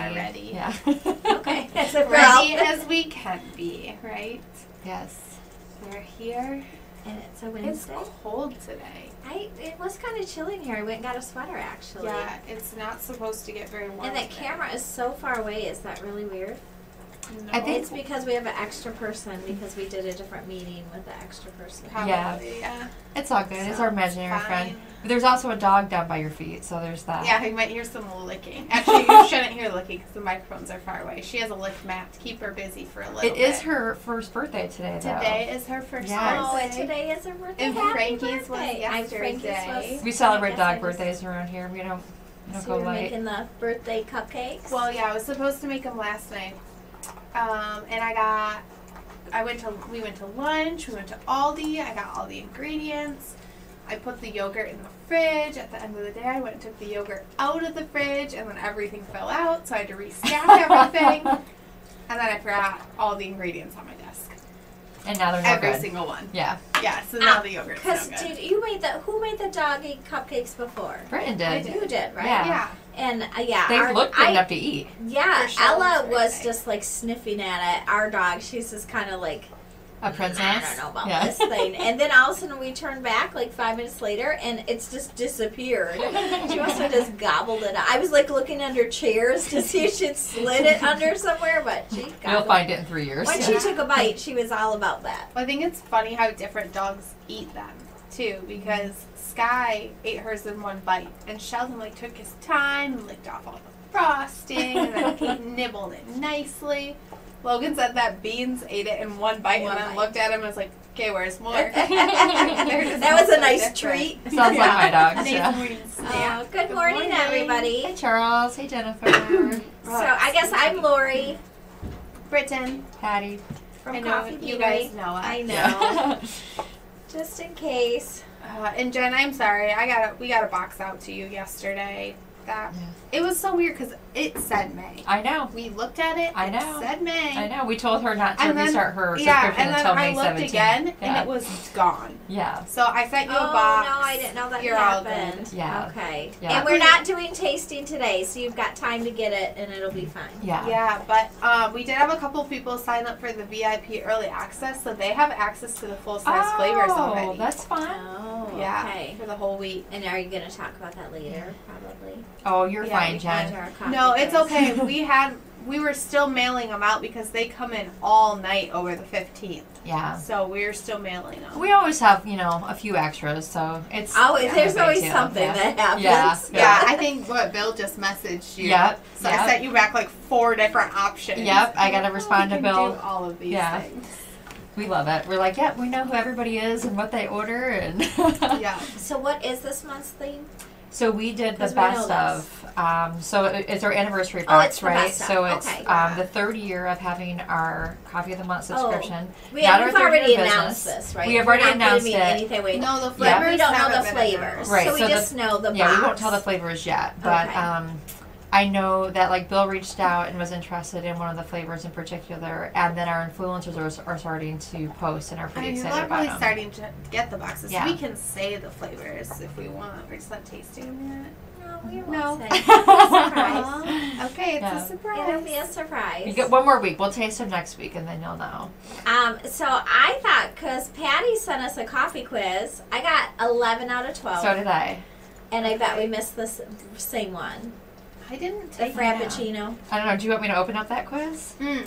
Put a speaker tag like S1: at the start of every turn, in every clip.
S1: Yeah.
S2: Okay.
S3: As
S2: Ready
S3: ready
S2: as we can be, right?
S1: Yes.
S2: We're here.
S3: And it's a
S2: It's
S3: Wednesday.
S2: cold today.
S3: I it was kind of chilling here. I went and got a sweater actually.
S2: Yeah, it's not supposed to get very warm.
S3: And that
S2: today.
S3: camera is so far away. Is that really weird?
S1: I
S2: No,
S1: think-
S3: It's because we have an extra person because we did a different meeting with the extra person.
S2: probably,
S1: Yeah.
S2: yeah.
S1: It's all good. it's our imaginary
S2: Fine.
S1: friend. Uh. But there's also a dog down by your feet, so there's that.
S2: Yeah, you might hear some licking. Actually, you shouldn't hear licking because the microphones are far away. She has a lick mat to keep her busy for a little
S1: It
S2: bit.
S1: is her first birthday today, though.
S2: Today is her first
S1: Yes.
S3: Oh, and
S2: birthday.
S3: today is her birthday.
S2: And
S3: Happy
S2: Frankie's was
S3: birthday. I- Frankie's
S2: yesterday.
S3: was-
S1: We
S3: I
S1: celebrate
S3: guess
S1: dog
S3: I just-
S1: birthdays around here. We don't, we don't
S3: So
S1: go
S3: you're
S1: late.
S3: making the birthday cupcakes.
S2: Well, yeah, I was supposed to make them last night, um, and I got. I went to. We went to lunch. We went to Aldi. I got all the ingredients. I put the yogurt in the fridge. At the end of the day, I went and took the yogurt out of the fridge, and then everything fell out, so I had to restack everything. and then I forgot all the ingredients on my desk.
S1: and now they're not
S2: Every
S1: Oh, good.
S2: single one.
S1: yeah.
S2: Yeah. So now
S3: Ah,
S2: the yogurt's
S3: Because
S2: not good.
S3: did you made the who made the doggy cupcakes before?
S1: Britain
S2: I
S1: did.
S2: did.
S3: You did, right?
S1: Yeah.
S2: yeah.
S3: And uh, yeah,
S1: They
S3: our,
S1: look good
S3: I,
S1: enough to eat.
S3: Yeah,
S2: For sure,
S3: Ella
S2: it's
S3: was
S2: perfect.
S3: just like sniffing at it. Our dog, she's just kind of like,
S1: A princess.
S3: I don't know about
S1: yeah.
S3: this thing. And then all of a sudden we turn back like five minutes later and it's just disappeared. She must have just gobbled it up. I was like looking under chairs to see if she'd slid it under somewhere, but she gobbled
S1: You'll find it in three years.
S3: When she took a bite, she was all about that.
S2: Well, I think it's funny how different dogs eat them too, because Sky ate hers in one bite, and Sheldon like took his time and licked off all the frosting, and then he nibbled it nicely. Logan said that Beans ate it in one bite,
S3: One
S2: and then
S3: bite.
S2: looked at him and was like, "Okay, where's more?"
S3: that was a nice treat.
S1: Sounds like my dogs.
S2: Nice
S1: Yeah.
S2: morning snack.
S3: Oh, good, morning,
S2: morning.
S1: Hey
S3: everybody.
S1: Charles. Hey Jennifer.
S3: So I guess I'm Lori
S2: Britain
S1: Patty.
S3: Um, from
S2: I know
S3: Coffee
S2: you
S3: Beanery.
S2: guys know us.
S3: I know.
S1: Yeah.
S3: Just in case.
S2: Uh, and Jen, I'm sorry. I got a, we got a box out to you yesterday. That it was so weird because it said May.
S1: I know.
S2: We looked at it.
S1: I
S2: it
S1: know.
S2: said May.
S1: I know. We told her not to
S2: And then-
S1: restart her
S2: Yeah,
S1: subscription
S2: and then
S1: until
S2: I
S1: May
S2: looked
S1: 17th.
S2: again
S1: yeah.
S2: and it was gone.
S1: yeah.
S2: So I sent
S3: Oh
S2: you a box.
S3: no, I didn't know that
S2: You're all
S3: happened.
S2: good.
S1: Yeah.
S3: Okay.
S1: Yeah.
S3: And we're not doing tasting today, so you've got time to get it, and it'll be fine.
S1: Yeah.
S2: Yeah, but um, we did have a couple people sign up for the VIP early access, so they have access to the full size
S1: oh,
S2: flavors already.
S1: that's fun.
S3: Oh.
S2: yeah,
S3: Okay.
S2: for the whole week.
S3: And are you going to talk about that later? Probably.
S1: Oh, you're
S2: Yeah,
S1: fine,
S2: we
S1: Jen.
S3: Under our coffee
S2: no, it's
S3: first.
S2: okay. we had we were still mailing them out because they come in all night over the fifteenth,
S1: Yeah.
S2: so we're still mailing them.
S1: We always have, you know, a few extras, so it's
S3: Always,
S2: Yeah,
S3: Oh, there's
S1: me
S3: always
S1: too.
S3: something
S1: Yeah.
S3: that happens.
S1: Yeah.
S2: yeah, I think what Bill just messaged you.
S1: Yep.
S2: So
S1: yep.
S2: I sent you back like four different options.
S1: Yep, I gotta
S2: Oh,
S1: respond to
S2: we can
S1: Bill.
S2: do all of these
S1: Yeah.
S2: things.
S1: we love it. We're like, yeah, we know who everybody is and what they order and
S2: Yeah.
S3: So what is this month's theme?
S1: So we did the
S3: 'Cause we know
S1: best of. Um, so it- it's our anniversary
S3: Oh,
S1: box,
S3: it's the
S1: right?
S3: best of.
S1: So it's
S3: Okay.
S1: um, the third year of having our coffee of the month
S3: Oh.
S1: subscription.
S3: We
S1: Not our
S3: have
S1: third
S3: already
S1: year of
S3: announced
S1: business.
S3: this, right?
S1: We have
S3: We're
S1: already
S3: not giving
S1: announced it.
S3: Anything away.
S2: No, the
S1: Yeah.
S2: flavors.
S3: we don't know
S2: haven't
S3: the
S2: been
S3: flavors,
S1: Right,
S3: so we
S1: so the-
S3: just know the
S1: yeah,
S3: box.
S1: we won't tell the flavors yet, but
S3: Okay.
S1: um, I know that like Bill reached out and was interested in one of the flavors in particular, and then our influencers are, are starting to post and are
S2: I
S1: pretty
S2: mean,
S1: excited
S2: we're
S1: about
S2: probably
S1: them.
S2: starting to get the boxes.
S1: Yeah.
S2: We can say the flavors if we want. We're just not tasting
S3: No, we won't
S2: No.
S3: say. It's a surprise.
S2: yet. Okay, it's
S1: Yeah.
S2: a
S3: It'll be
S2: surprise.
S3: a surprise.
S1: You get one more week. We'll taste them next week, and then you'll know.
S3: Um, so I thought because Patty sent us a coffee quiz, I got 11 out of 12,
S1: So did I.
S3: and I bet we missed this same one,
S2: I didn't
S3: the
S2: take
S3: Frappuccino.
S1: I don't know. Do you want me to open up that quiz?
S2: Mm.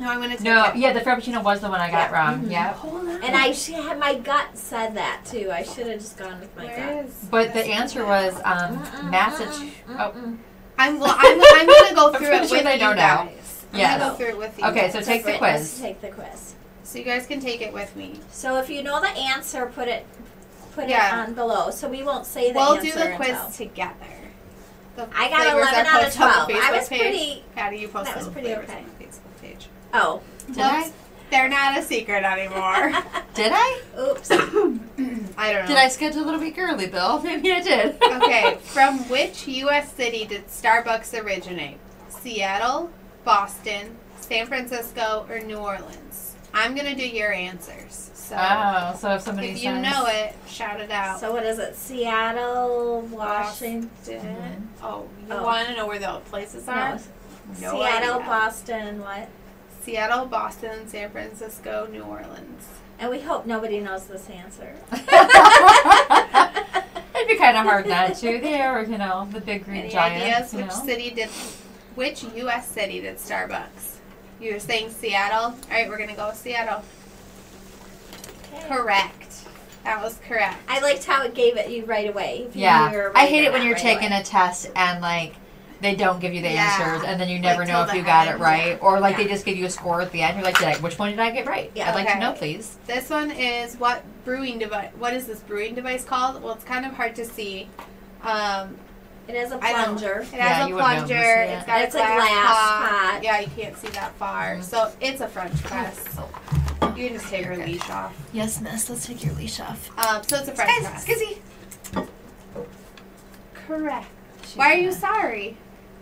S2: No, I'm gonna take
S1: No.
S2: it.
S1: Yeah, the frappuccino was the one I got
S3: Yeah.
S1: wrong.
S3: Mhm.
S1: Yeah.
S2: Hold on.
S3: And I sh- had my gut said that too. I should have just gone with my gut.
S2: Where is
S1: But the
S2: this?
S1: answer was um,
S3: Mm-mm,
S1: Massachusetts.
S3: mm-mm,
S1: Oh,
S3: mm-mm.
S2: I'm, well, I'm, I'm gonna go
S1: I'm
S2: through
S1: pretty
S2: it
S1: sure
S2: with
S1: they
S2: you
S1: know now.
S2: guys. I'm gonna
S1: Yes.
S2: go through it with you.
S1: Okay,
S2: guys.
S1: so take the
S3: Brittany has to
S1: quiz.
S3: Take the quiz.
S2: so you guys can take it with me.
S3: So if you know the answer, put it put
S2: Yeah.
S3: it on below. So we won't say the
S2: We'll
S3: answer
S2: do the quiz
S3: until-
S2: together. The
S3: I got
S2: flavors
S3: 11
S2: are
S3: out of
S2: posted on
S3: 12.
S2: the
S3: I
S2: Facebook
S3: was
S2: page.
S3: pretty.
S2: Patty, you posted
S3: was
S2: the
S3: pretty
S2: flavors
S3: okay.
S2: on the Facebook page.
S3: Oh,
S1: Did I?
S2: Nope. They're not a secret anymore.
S1: Did I?
S3: oops.
S2: I don't know.
S1: Did I schedule it a week early, Bill? Maybe I did.
S2: okay, from which U.S. city did Starbucks originate? Seattle, Boston, San Francisco, or New Orleans? I'm gonna do your answers. So
S1: Oh, so if somebody
S2: if you
S1: says-
S2: know it, shout it out.
S3: So what is it? Seattle, Washington.
S2: Did- Oh, you
S3: Oh.
S2: want to know where the places
S3: No,
S2: are?
S3: it's-
S1: No
S3: Seattle,
S2: idea.
S3: Boston, what?
S2: Seattle, Boston, San Francisco, New Orleans.
S3: And we hope nobody knows this answer.
S1: It'd be kind of hard not to. They are, you know, the big green
S2: Any
S1: giant.
S2: ideas?
S1: you
S2: Which
S1: know?
S2: city did? Which U.S. city did Starbucks? You were saying Seattle. All right, we're gonna go with Seattle. Correct. That was correct.
S3: I liked how it gave it you right away. if you knew you
S1: Yeah,
S3: were
S1: I
S3: right
S1: hate
S3: or
S1: it when
S3: not
S1: you're
S3: right
S1: taking
S3: away.
S1: a test and like they don't give you the
S2: Yeah.
S1: answers, and then you never
S2: Like,
S1: know
S2: till
S1: if
S2: the
S1: you got it
S2: end.
S1: right, or like they
S3: Yeah.
S1: just give you a score at the end. You're like, "Did I- which one did I get right?
S3: Yeah.
S1: I'd like
S2: Okay.
S1: to know, please.
S2: This one is what brewing device? What is this brewing device called? Well, it's kind of hard to see. Um,
S3: It is a
S2: I don't-
S3: plunger.
S2: it
S1: Yeah,
S2: has
S1: you
S2: a
S1: would know this,
S2: plunger.
S1: yeah.
S2: It's got
S3: It's
S2: a
S3: a
S2: glass,
S3: glass
S2: pot.
S3: pot.
S2: Yeah, you can't see that far.
S1: Mm-hmm.
S2: So it's a French
S1: Oh.
S2: press. You can just take your leash off.
S1: Yes, miss. Let's take your leash off.
S2: Um, so it's a French press.
S1: Skizzy.
S2: Correct. Why are you sorry?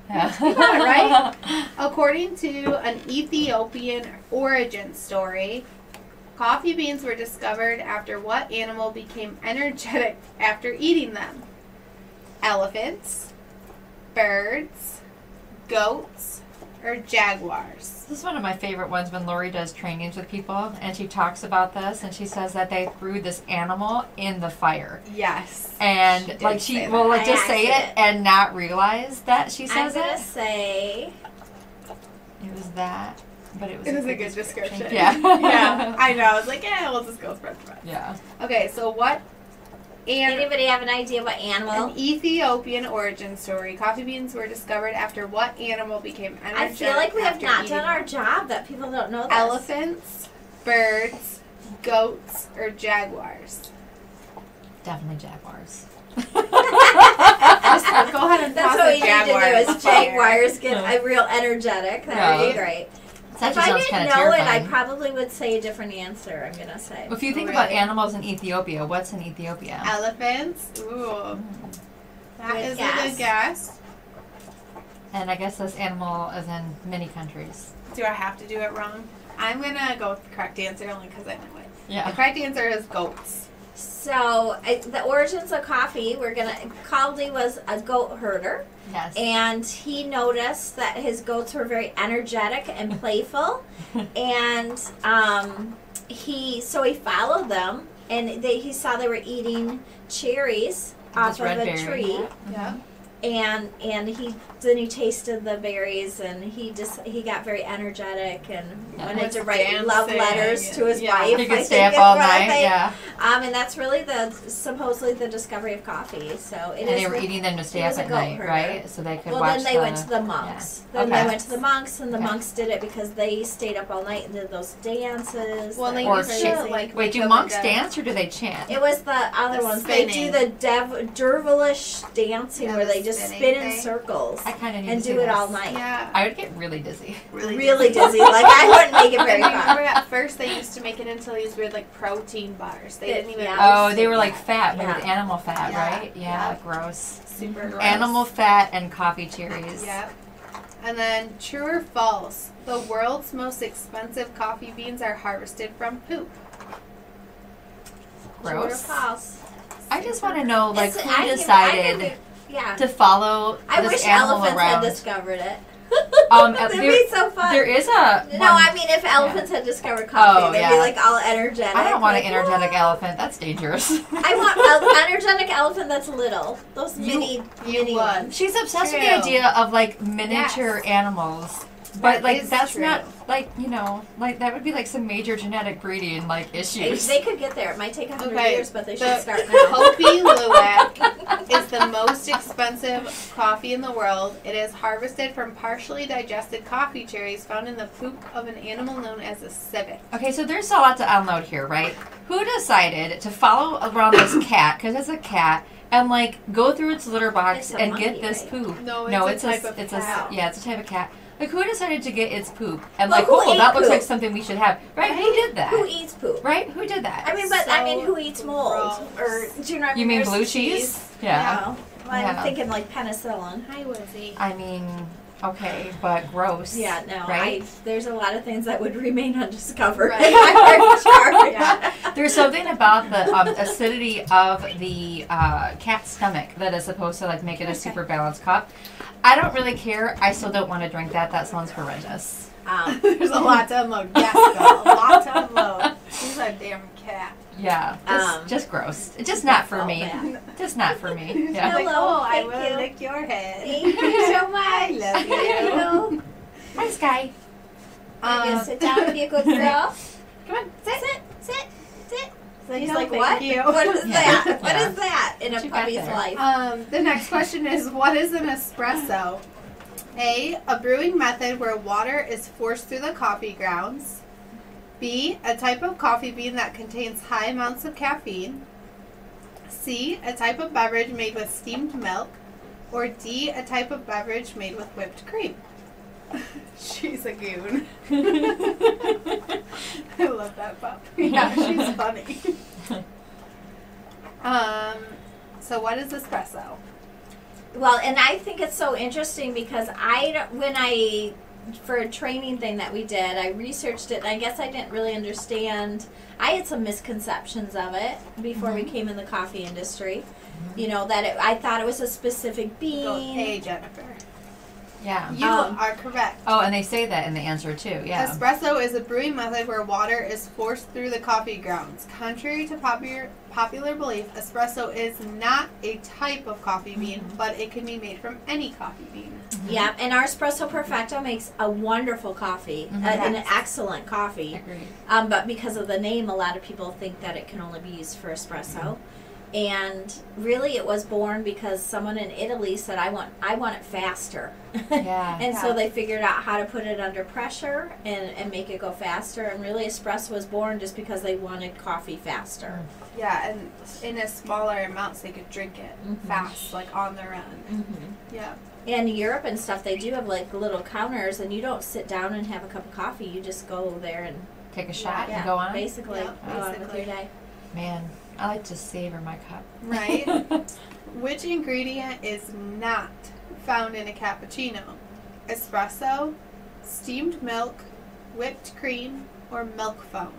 S1: Yeah.
S2: right? According to an Ethiopian origin story, coffee beans were discovered after what animal became energetic after eating them? Elephants, birds, goats, or jaguars?
S1: This is one of my favorite ones when Lori does trainings with people, and she talks about this, and she says that they threw this animal in the fire.
S2: Yes.
S1: And
S2: She did
S1: like she
S2: say
S1: will
S3: that.
S1: like just
S3: I
S1: say
S3: asked
S1: it
S3: it.
S1: and not realize that she
S3: I'm
S1: says
S3: gonna
S1: it.
S3: say
S1: It was that, but it was.
S2: It was a good description.
S1: Yeah.
S2: yeah. I know. I was like, yeah, we'll just go with French fries.
S1: Yeah.
S2: Okay, so what animal?
S3: anybody have an idea what animal?
S2: An Ethiopian origin story. Coffee beans were discovered after what animal became energetic?
S3: I feel like we have
S2: after
S3: not
S2: eating
S3: done our
S2: them?
S3: job that people don't know this.
S2: elephants, birds, goats, or jaguars.
S1: Definitely jaguars.
S2: Just go ahead and
S3: That's
S2: toss
S3: what
S2: a
S3: we
S2: jaguar
S3: need to do
S2: in the
S3: is
S2: fire.
S3: jaguars get a real energetic. That would
S1: Yeah.
S3: be great.
S1: This actually
S3: if I
S1: sounds
S3: didn't
S1: kind
S3: know
S1: of terrifying.
S3: it, I probably would say a different answer. I'm gonna say.
S1: if you think about
S2: Really?
S1: animals in Ethiopia, what's in
S3: Uh,
S1: Ethiopia?
S2: Elephants. Ooh, that
S3: Good
S2: is a
S3: guess.
S2: good guess.
S1: And I guess this animal is in many countries.
S2: Do I have to do it wrong? I'm gonna go with the correct answer only because I know it. The
S1: Yeah.
S2: correct answer is goats.
S3: So I, the origins of coffee. We're gonna. Caldy was a goat herder.
S1: Yes.
S3: and he noticed that his goats were very energetic and playful and um, he so he followed them and they, he saw they were eating cherries off
S1: Those
S3: of
S1: red
S3: a
S1: berries.
S3: tree
S2: Yeah.
S3: and and he then he tasted the berries and he just he got very energetic and
S1: Yeah.
S3: wanted
S2: Was
S3: to write love
S2: dancing
S3: letters to his
S2: and- yeah.
S3: wife
S1: You
S3: I
S1: could stay up
S3: think
S1: all
S3: is what I
S1: night.
S3: think.
S1: Yeah.
S3: um and that's really the supposedly the discovery of coffee so it
S1: And
S3: is.
S1: they were
S3: the-
S1: eating them to stay
S3: he
S1: up
S3: was a
S1: at
S3: goat
S1: night,
S3: herder.
S1: right? So they could
S3: Well,
S1: watch
S3: then they
S1: the.
S3: went to the monks. Then
S1: Okay.
S3: they went to the monks, and the
S1: Okay.
S3: monks did it because they stayed up all night and did those dances.
S2: Well,
S3: that
S2: they
S1: Or
S3: was
S2: used
S1: she-
S2: to,
S3: really-
S2: like
S1: Wait,
S2: wake
S1: do
S2: up
S1: monks
S2: the-
S1: dance or do they chant?
S3: It was the other
S2: The
S3: ones. They do
S2: spinning.
S3: the dev- dervilish dancing
S2: Yeah,
S3: where
S2: the
S3: they just
S2: spinning
S3: spin in
S2: thing.
S3: circles
S1: I kind of need
S3: and
S1: to do
S3: do it
S1: this.
S3: all night.
S2: Yeah.
S1: I would get really dizzy.
S3: Really dizzy. Like I wouldn't make it very
S2: And I
S3: fun.
S2: remember at first they used to make it into these weird like protein bars. They didn't even.
S3: Yeah.
S1: Oh, they were like fat, but
S3: Yeah.
S1: with animal fat,
S2: Yeah.
S1: right? Yeah, gross.
S2: super gross.
S1: Animal fat and coffee cherries.
S2: Yep. And then true or false? The world's most expensive coffee beans are harvested from poop.
S3: True or
S1: Gross.
S3: false?
S1: I just want to know, like,
S3: It's-
S1: who
S3: I can-
S1: decided
S3: I can- yeah.
S1: to follow
S3: I
S1: this
S3: wish
S1: animal
S3: elephants
S1: around?
S3: had discovered it.
S1: Um,
S3: That'd
S1: there-
S3: be so fun.
S1: There is a.
S3: No,
S1: one-
S3: I mean if elephants had discovered coffee,
S1: Oh,
S3: they'd
S1: yeah.
S3: be like all energetic.
S1: I don't want
S3: like,
S1: an energetic
S3: "Whoa."
S1: elephant. That's dangerous.
S3: I want an energetic elephant that's little. Those
S1: You-
S3: mini,
S2: you
S3: mini
S2: would.
S3: ones.
S1: She's obsessed with
S2: True.
S1: the idea of like miniature animals. But
S2: That
S1: like
S2: is
S1: that's
S2: true.
S1: not like you know like that would be like some major genetic breeding like issues.
S3: They could get there. It might take a hundred
S2: Okay,
S3: years, but they should
S2: the-
S3: start now.
S2: Hopi Luwak is the most expensive coffee in the world. It is harvested from partially digested coffee cherries found in the poop of an animal known as a civet.
S1: Okay, so there's a lot to unload here, right? Who decided to follow around this cat because it's a cat and like go through its litter box
S3: It's a
S1: and
S3: monkey,
S1: get this
S3: right?
S1: poop?
S2: No,
S1: no,
S2: it's
S1: it's
S2: a type
S1: a,
S2: of
S1: it's
S2: cat.
S1: a yeah, it's a type of cat. Like who decided to get its poop and
S3: Well,
S1: like
S3: who
S1: oh
S3: ate
S1: that looks
S3: poop?
S1: like something we should have right? Who did that?
S3: Who eats poop?
S1: right? Who did that?
S3: I mean, but I mean,
S2: So
S3: who eats mold? Or
S2: gross.
S3: do you know? What I
S1: you mean
S3: There's
S1: blue cheese? Yeah.
S3: No. Well, I'm
S1: Yeah.
S3: thinking like penicillin.
S2: Hi, Wizzy.
S1: I mean, okay, but gross.
S3: Yeah, no,
S1: Right?
S3: I, there's a lot of things that would remain undiscovered
S2: Right.
S3: in my chart.
S2: Yeah.
S1: There's something about the um, acidity of the uh, cat's stomach that is supposed to like make it a super balanced cup. I don't really care. I still don't want to drink that. That sounds horrendous.
S3: Um,
S2: There's a lot to unload. Yes, girl, a lot to unload. She's a damn cat.
S1: Yeah, just,
S3: Um,
S1: just gross. Just not for
S3: all
S1: me.
S3: bad.
S1: Just not for me.
S2: She's
S1: Yeah.
S2: like,
S3: Hello,
S2: oh, I
S3: thank
S2: will
S3: you.
S2: lick your head.
S3: Thank you so much.
S2: I love you.
S3: you.
S1: Hi, Sky. Uh,
S3: Are you gonna
S2: Um,
S3: sit down and be a good girl?
S2: Come on, sit.
S3: sit, sit, sit. So
S2: You
S3: he's
S2: know,
S3: like,
S2: thank
S3: what?
S2: you.
S3: What is
S1: Yeah.
S3: that? What
S1: Yeah.
S3: is that in a
S1: She got
S3: puppy's
S1: there.
S3: life?
S2: Um, the next question is what is an espresso? A, a brewing method where water is forced through the coffee grounds. B, a type of coffee bean that contains high amounts of caffeine. C, a type of beverage made with steamed milk. Or D, a type of beverage made with whipped cream. she's a goon. I love that pup. Yeah, she's funny. um, so what is espresso?
S3: Well, and I think it's so interesting because I, don't- when I, for a training thing that we did, I researched it and I guess I didn't really understand. I had some misconceptions of it before we came in the coffee industry. You know, that it, I thought it was a specific
S2: Go
S3: bean.
S2: A, Jennifer.
S1: Yeah.
S2: You
S3: Um,
S2: are correct.
S1: Oh, and they say that in the answer too. Yeah.
S2: Espresso is a brewing method where water is forced through the coffee grounds. Contrary to popular popular belief, espresso is not a type of coffee bean, but it can be made from any coffee bean.
S3: Yeah, and our espresso perfecto makes a wonderful coffee,
S1: Mhm.
S3: a- an
S2: Yes.
S3: excellent coffee.
S1: Agreed.
S3: Um, but because of the name, a lot of people think that it can only be used for
S1: Mm-hmm.
S3: espresso. And really, it was born because someone in Italy said, "I want, I want it faster."
S1: Yeah.
S3: and so
S2: Yeah.
S3: they figured out how to put it under pressure and, and make it go faster. And really, espresso was born just because they wanted coffee faster.
S2: Yeah, and in a smaller amounts, they could drink it
S3: Mhm.
S2: fast, like on the run.
S1: Mm-hmm.
S2: Yeah.
S3: And Europe and stuff, they do have like little counters, and you don't sit down and have a cup of coffee. You just go there and
S1: Take a shot
S3: yeah,
S1: and go on.
S3: basically
S2: Yeah,
S3: go on with
S2: basically.
S3: your day.
S1: Man, I like to savor my cup.
S2: Right? Which ingredient is not found in a cappuccino? Espresso, steamed milk, whipped cream, or milk foam?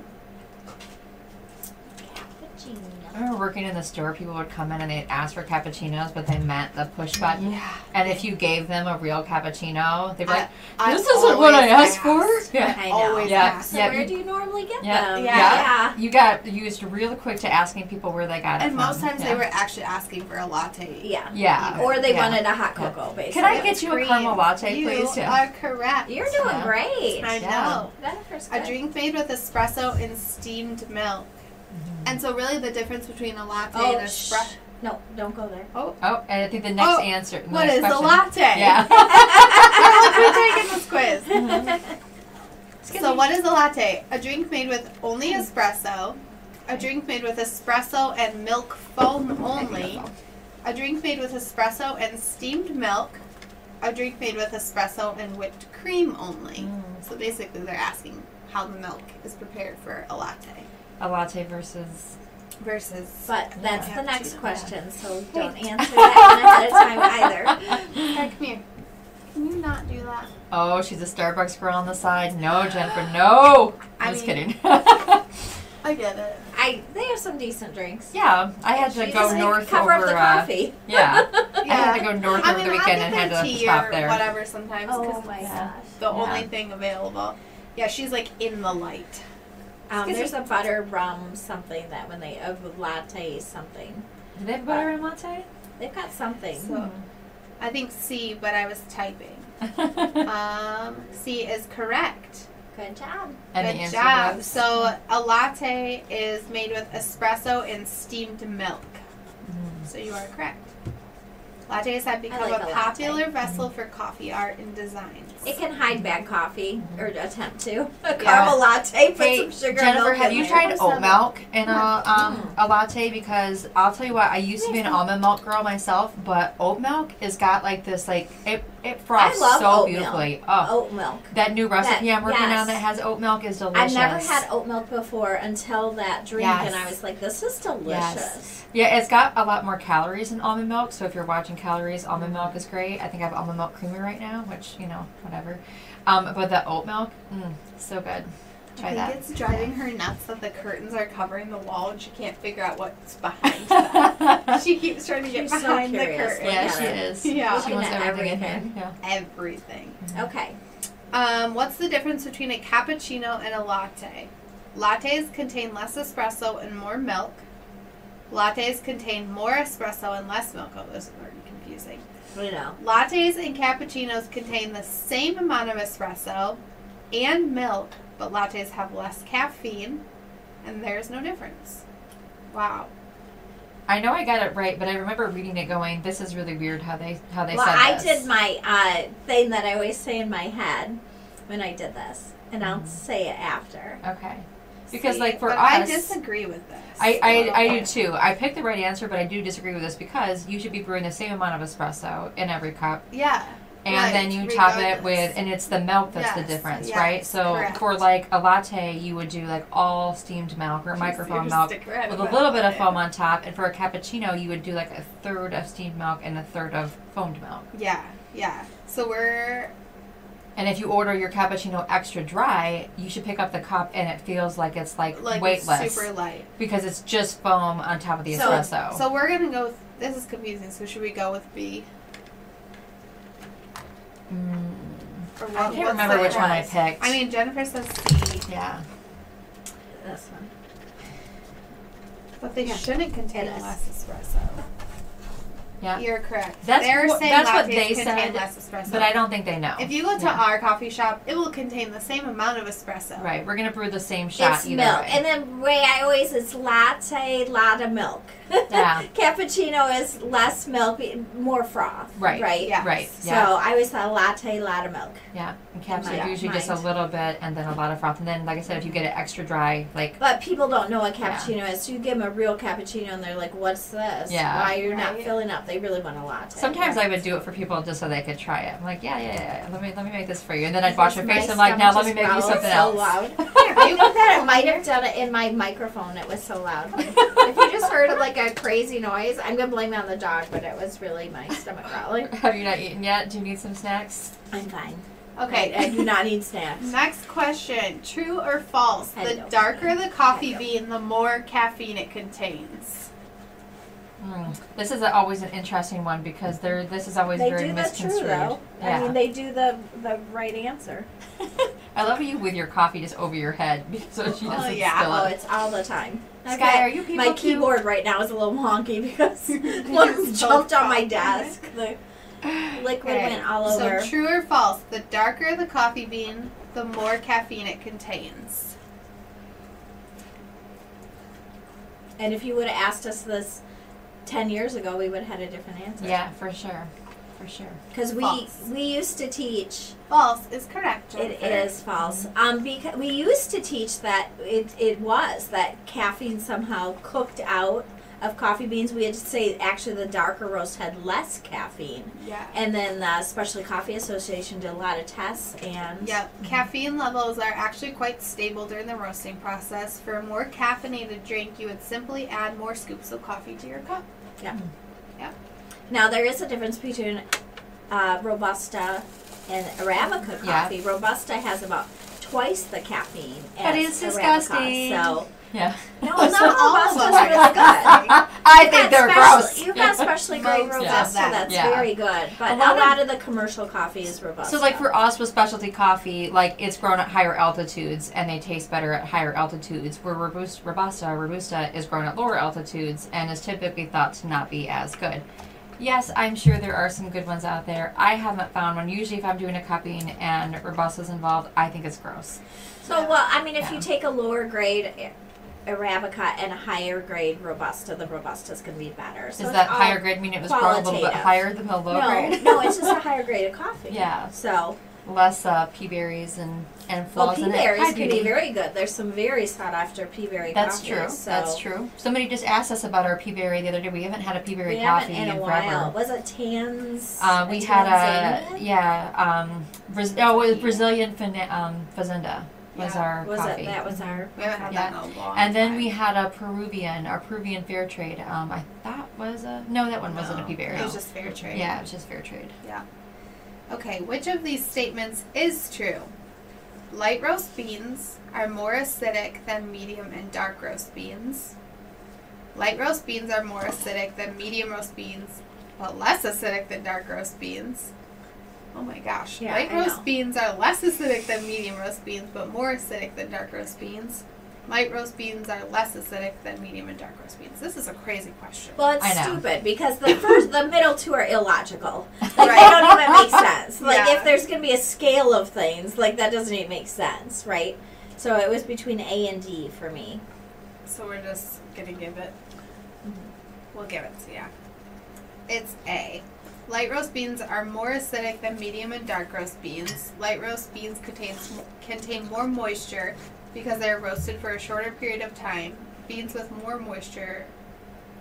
S3: Cappuccino.
S1: I remember working in the store, people would come in and they'd ask for cappuccinos, but they meant the push button.
S2: Yeah.
S1: And if you gave them a real cappuccino, they'd be like,
S2: I
S1: this isn't what I
S2: always
S1: asked for.
S2: asked.
S1: Yeah.
S3: I know.
S2: Always
S1: Yeah.
S2: ask.
S3: So
S1: Yeah,
S3: where
S1: you-
S3: do you normally get
S1: Yeah.
S3: them?
S2: Yeah.
S1: You got used real quick to asking people where they got it
S2: And
S1: from.
S2: most times
S1: yeah.
S2: they were actually asking for a latte.
S3: Yeah.
S1: Yeah.
S3: Or they
S1: Yeah.
S3: wanted a hot cocoa, basically.
S1: Can I
S2: Whipped
S1: get you a
S2: cream.
S1: caramel latte,
S2: you
S1: please? Yeah.
S2: are correct.
S3: You're doing
S1: Yeah.
S3: great.
S2: I
S1: Yeah.
S2: know.
S3: Jennifer's
S2: A
S3: good.
S2: drink made with espresso and steamed milk.
S1: Mm-hmm.
S2: And so, really, the difference between a latte
S3: Oh,
S2: and
S3: shh.
S2: espresso.
S3: No, don't go there.
S1: Oh, and I think the next
S2: Oh,
S1: answer. the
S2: What
S1: next
S2: is a
S1: question.
S2: latte?
S1: Yeah.
S2: We're taking this quiz. So, what is a latte? A drink made with only espresso, a drink made with espresso and milk foam only, a drink made with espresso and steamed milk, a drink made with espresso and whipped cream only.
S1: Mm.
S2: So, basically, they're asking how the milk is prepared for a latte
S1: a latte versus.
S2: versus.
S3: But that's the
S2: Cappuccino.
S3: next question, so don't
S2: Wait.
S3: answer that one at a time either.
S2: Eric, come here. Can you not do that?
S1: Oh, she's a Starbucks girl on the side. No, Jennifer, no.
S2: I
S1: I'm just
S2: mean-
S1: kidding.
S2: I get it.
S3: I they have some decent drinks.
S1: yeah, I had to
S3: You
S1: go
S3: just
S1: north
S3: cover
S1: over.
S3: up the
S1: uh,
S3: coffee.
S1: yeah, I
S2: Yeah.
S1: had to go north
S2: I
S1: over
S2: mean,
S1: the
S2: I'll
S1: weekend
S2: get
S1: and had
S2: their
S1: to
S2: tea
S1: stop
S2: or
S1: there.
S2: whatever sometimes because
S3: Oh my
S1: Yeah.
S3: gosh.
S2: the only
S1: Yeah.
S2: thing available. Yeah, she's like in the light.
S3: Um,
S1: Excuse
S3: there's a butter rum something that when they a latte something.
S1: Do they have butter and latte?
S3: They've got something.
S2: So
S1: Hmm.
S2: I think C, but I was typing.
S1: and
S2: Um, C is correct.
S3: Good job.
S1: the
S2: Good
S1: answer
S2: job.
S1: was-
S2: So a latte is made with espresso and steamed milk.
S1: Hmm.
S2: So you are correct. Lattes have become
S3: like
S2: a
S3: a
S2: popular
S1: Hmm.
S2: vessel for coffee art and designs.
S3: It can hide bad coffee or attempt to. A caramel
S1: Yeah.
S3: latte, put
S1: Hey,
S3: some sugar and
S1: Jennifer,
S3: milk
S1: have
S3: in
S1: you
S3: there. Mm.
S1: tried oat
S2: Awesome.
S1: milk in a um, a latte? Because I'll tell you what, I used to be an almond milk girl myself, but oat milk has got like this like it, It frosts
S3: I love
S1: so
S3: oat
S1: beautifully. Oh,
S3: Oat milk.
S1: that new recipe I'm working
S3: yes.
S1: on that has oat milk is delicious.
S3: I've never had oat milk before until that drink, and I
S1: Yes.
S3: was like, "This is delicious."
S1: Yeah, it's got a lot more calories than almond milk. So if you're watching calories, almond milk is great. I think I have almond milk creamer right now, which you know, whatever. Um, but the oat milk, mm, so good. Try
S2: I
S1: that.
S2: think it's driving her nuts that the curtains are covering the wall and she can't figure out what's behind them.
S1: yeah,
S2: she keeps trying to get
S3: She's so
S2: behind the
S3: curious.
S2: curtain.
S3: Yeah,
S1: she is.
S2: Yeah.
S1: she wants
S3: Looking at
S1: everything, in here.
S2: Everything.
S3: Okay.
S2: Um, what's the difference between a cappuccino and a latte? Lattes contain less espresso and more milk. Lattes contain more espresso and less milk. Oh, those is already confusing.
S3: You know.
S2: Lattes and cappuccinos contain the same amount of espresso and milk, but lattes have less caffeine, and there's no difference. Wow.
S1: Yeah. I know I got it right, but I remember reading it going, "This is really weird how they how they
S3: well,
S1: said
S3: I
S1: this."
S3: did my uh, thing that I always say in my head when I did this, and I'll
S1: Mm-hmm.
S3: say it after.
S1: Okay, because
S3: See?
S1: like for
S2: but
S1: us,
S2: I disagree with this.
S1: I, I, I do too. I picked the right answer, but I do disagree with this because you should be brewing the same amount of espresso in every cup,
S2: yeah.
S1: and
S2: Right,
S1: then you top it
S2: regardless.
S1: with, and it's the milk
S2: Yes,
S1: that's the difference,
S2: yes,
S1: right? So
S2: correct.
S1: for like a latte, you would do like all steamed milk or microphone milk with a little bit of foam on top, and for a cappuccino, you would do like a third of steamed milk and a third of foamed milk.
S2: Yeah, yeah. So we're
S1: And if you order your cappuccino extra dry, you should pick up the cup and it feels like it's like,
S2: like
S1: weightless
S2: super light.
S1: because it's just foam on top of the
S3: So-
S1: espresso.
S2: So we're gonna go. With, this is confusing. So should we go with B?
S1: Mm,
S2: Or
S1: I
S2: what-
S1: can't
S2: what's
S1: remember
S2: the-
S1: which one I
S3: price?
S1: picked.
S2: I mean, Jennifer says C,
S1: Yeah.
S3: This one.
S2: but they
S3: Yeah.
S2: shouldn't contain
S3: It is.
S2: less espresso.
S1: Yeah.
S2: You're correct.
S1: That's
S2: They're
S1: wh-
S2: saying
S1: that's what
S2: lattes
S1: they
S2: contain
S1: said,
S2: less espresso.
S1: But I don't think they know.
S2: If you go to
S1: Yeah.
S2: our coffee shop, it will contain the same amount of espresso.
S1: right, we're gonna brew the same shot
S3: It's
S1: either
S3: milk,
S1: way.
S3: and then way I always it's latte, lot of milk.
S1: Yeah.
S3: Cappuccino is less milk, more froth.
S1: Right.
S3: Right.
S2: Yeah.
S1: right.
S3: So
S1: Yeah.
S3: I always thought latte, lot of milk.
S1: yeah. And caps
S3: my
S1: are usually just a
S3: mind.
S1: little bit and then a lot of froth. And then like I said, if you get it extra dry, like
S3: But people don't know what
S1: Yeah.
S3: cappuccino is. So you give them a real cappuccino, and they're like, "What's this?
S1: Yeah.
S3: Why you're not
S2: Right.
S3: filling up? They really want a latte."
S1: sometimes I would do it for people just so they could try it. I'm like, yeah, yeah, yeah, yeah. Let me let me make this for you. And then I'd wash your
S3: My
S1: face and I'm like, now let me
S3: stomach
S1: make you
S3: just growled
S1: something
S3: so
S1: else.
S3: Loud.
S2: Are
S3: You
S2: you
S3: know that I might have done it in my microphone. It was so loud. if you just heard like a crazy noise, I'm gonna blame it on the dog, but it was really my stomach growling.
S1: Have you not eaten yet? Do you need some snacks?
S3: I'm fine.
S2: Okay.
S3: I, I do not need snacks.
S2: Next question: True or false?
S3: I
S2: The
S3: know.
S2: darker the coffee
S3: I know.
S2: bean, the more caffeine it contains.
S1: Mm. This is a, always an interesting one because they're this is always
S3: They
S1: very
S3: do the true
S1: misconstrued.
S3: though.
S1: Yeah.
S3: I mean, they do the the right answer.
S1: I love you with your coffee just over your head so she doesn't
S2: yeah.
S1: spill
S3: Oh,
S1: it.
S3: it's all the time. I've
S1: Sky,
S3: got-
S1: are you people
S3: my
S1: too?
S3: keyboard right now is a little wonky because one
S2: It's
S3: jumped
S2: so
S3: on my
S2: soft.
S3: desk. The liquid
S2: Okay,
S3: went all over.
S2: So true or false? The darker the coffee bean, the more caffeine it contains.
S3: and if you would have asked us this ten years ago, we would have had a different answer.
S1: Yeah, for sure. For sure.
S3: Because we
S2: False.
S3: we used to teach.
S2: False is correct.
S3: It
S2: Jennifer.
S3: is false.
S2: Mm-hmm.
S3: Um, because we used to teach that it it was that caffeine somehow cooked out of coffee beans. We had to say actually the darker roast had less caffeine,
S2: Yeah.
S3: and then the Specialty Coffee Association did a lot of tests and
S2: Yep. Caffeine levels are actually quite stable during the roasting process. For a more caffeinated drink, you would simply add more scoops of coffee to your cup.
S3: Now there is a difference between uh, robusta and arabica
S1: Yeah.
S3: coffee. Robusta has about twice the caffeine.
S1: That
S3: as
S1: is
S3: arabica,
S1: disgusting.
S3: So
S1: Yeah.
S3: no,
S2: So
S3: not
S2: all of
S3: robusta's
S2: them are
S3: really good.
S1: I think
S3: You've
S1: they're
S3: got special-
S1: gross.
S3: You've got especially great
S2: Most of
S3: robusta
S2: that.
S3: that's
S1: Yeah.
S3: very good, but
S1: A
S3: a
S1: lot
S3: lot,
S1: of-
S3: of the commercial coffee is robusta.
S1: So like for us with specialty coffee, like it's grown at higher altitudes and they taste better at higher altitudes. Where robust, robusta, robusta is grown at lower altitudes and is typically thought to not be as good. Yes, I'm sure there are some good ones out there. I haven't found one. Usually, if I'm doing a cupping and robusta's involved, I think it's gross.
S3: so well, I mean, if
S1: Yeah.
S3: you take a lower grade a- arabica and a higher grade robusta, the robusta's gonna be better. So
S1: Is
S3: it's
S1: that
S3: all-
S1: higher grade mean it was grown a little bit
S3: qualitative.
S1: higher than the low
S3: No,
S1: grade?
S3: no, it's just a higher grade of coffee.
S1: Yeah.
S3: So
S1: less uh, pea berries and and
S3: Well,
S1: flaws
S3: pea
S1: in it.
S3: berries
S1: Hi,
S3: can be
S1: Judy.
S3: very good. There's some very sought after pea berry
S1: That's
S3: coffee,
S1: true.
S3: So
S1: That's true. Somebody just asked us about our pea berry the other day. We haven't had a pea berry
S3: We
S1: coffee
S3: haven't in a
S1: forever.
S3: while. Was it Tans?
S1: Uh, we had a
S3: Tanzania?
S1: yeah. Um, Braz- oh, it was Brazilian fina- um, fazenda was
S2: Yeah,
S1: our
S3: Was
S1: coffee.
S3: it? That was our.
S2: We haven't had that in a long
S1: and then
S2: time.
S1: we had a Peruvian, our Peruvian fair trade. Um, I thought was a no, that one wasn't a
S3: No.
S1: pea berry.
S2: It was just fair trade.
S1: Yeah, it was just fair trade.
S2: Okay, which of these statements is true? Light roast beans are more acidic than medium and dark roast beans. Light roast beans are more acidic than medium roast beans, but less acidic than dark roast beans. Oh my gosh.
S3: Yeah,
S2: Light
S3: I
S2: roast
S3: know.
S2: beans are less acidic than medium roast beans, but more acidic than dark roast beans. Light roast beans are less acidic than medium and dark roast beans. This is a crazy question.
S3: Well, it's
S1: Mm-hmm. I know.
S3: stupid because the first, the middle two are illogical. Like
S2: Right.
S3: they don't even make sense. Like
S2: Yeah.
S3: if there's gonna be a scale of things, like that doesn't even make sense, right? So it was between A and D for me.
S2: So we're just gonna give it.
S1: Mm-hmm.
S2: We'll give it to you. It's A. Light roast beans are more acidic than medium and dark roast beans. Light roast beans contains contain more moisture because they are roasted for a shorter period of time. Beans with more moisture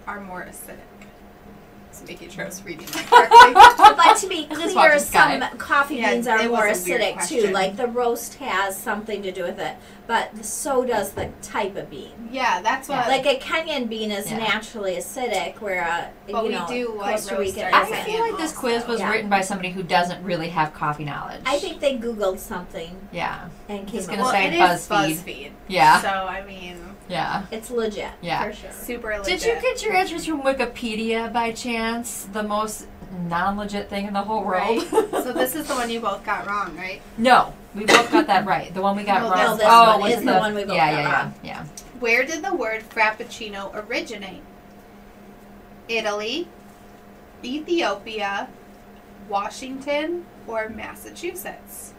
S2: are more acidic. Just making sure I was reading that correctly.
S3: but to be
S1: This is
S3: clear,
S1: watching
S3: some
S1: Sky.
S3: coffee
S2: Yeah,
S3: beans are
S2: it
S3: more
S2: was a weird
S3: acidic too.
S2: question.
S3: Like the roast has something to do with it, but so does the type of bean.
S2: yeah, that's what.
S3: Like a Kenyan bean is
S1: Yeah.
S3: naturally acidic, where a
S2: But
S3: you
S2: we
S3: know,
S2: do like
S3: Costa
S2: roast
S3: Rican
S2: our
S1: I
S2: Yes,
S3: isn't.
S1: feel like this quiz was
S3: Yeah.
S1: written by somebody who doesn't really have coffee knowledge.
S3: I think they Googled something
S1: Yeah.
S3: and came
S1: Just
S3: up
S1: gonna
S3: with
S2: well,
S1: say
S2: it is
S1: BuzzFeed.
S2: BuzzFeed.
S1: Yeah.
S2: So I mean,
S1: Yeah.
S3: It's legit.
S1: Yeah.
S3: For sure.
S2: super legit.
S1: Did you get your answers from Wikipedia by chance? The most non-legit thing in the whole world.
S2: so this is the one you both got wrong, right?
S1: No, we both got that right. The one we got
S2: No,
S1: wrong.
S2: no, this
S1: oh,
S3: one
S1: was
S3: is the one we both
S1: yeah,
S3: got
S1: yeah,
S3: wrong.
S1: yeah,
S2: Where did the word frappuccino originate? Italy, Ethiopia, Washington, or Massachusetts?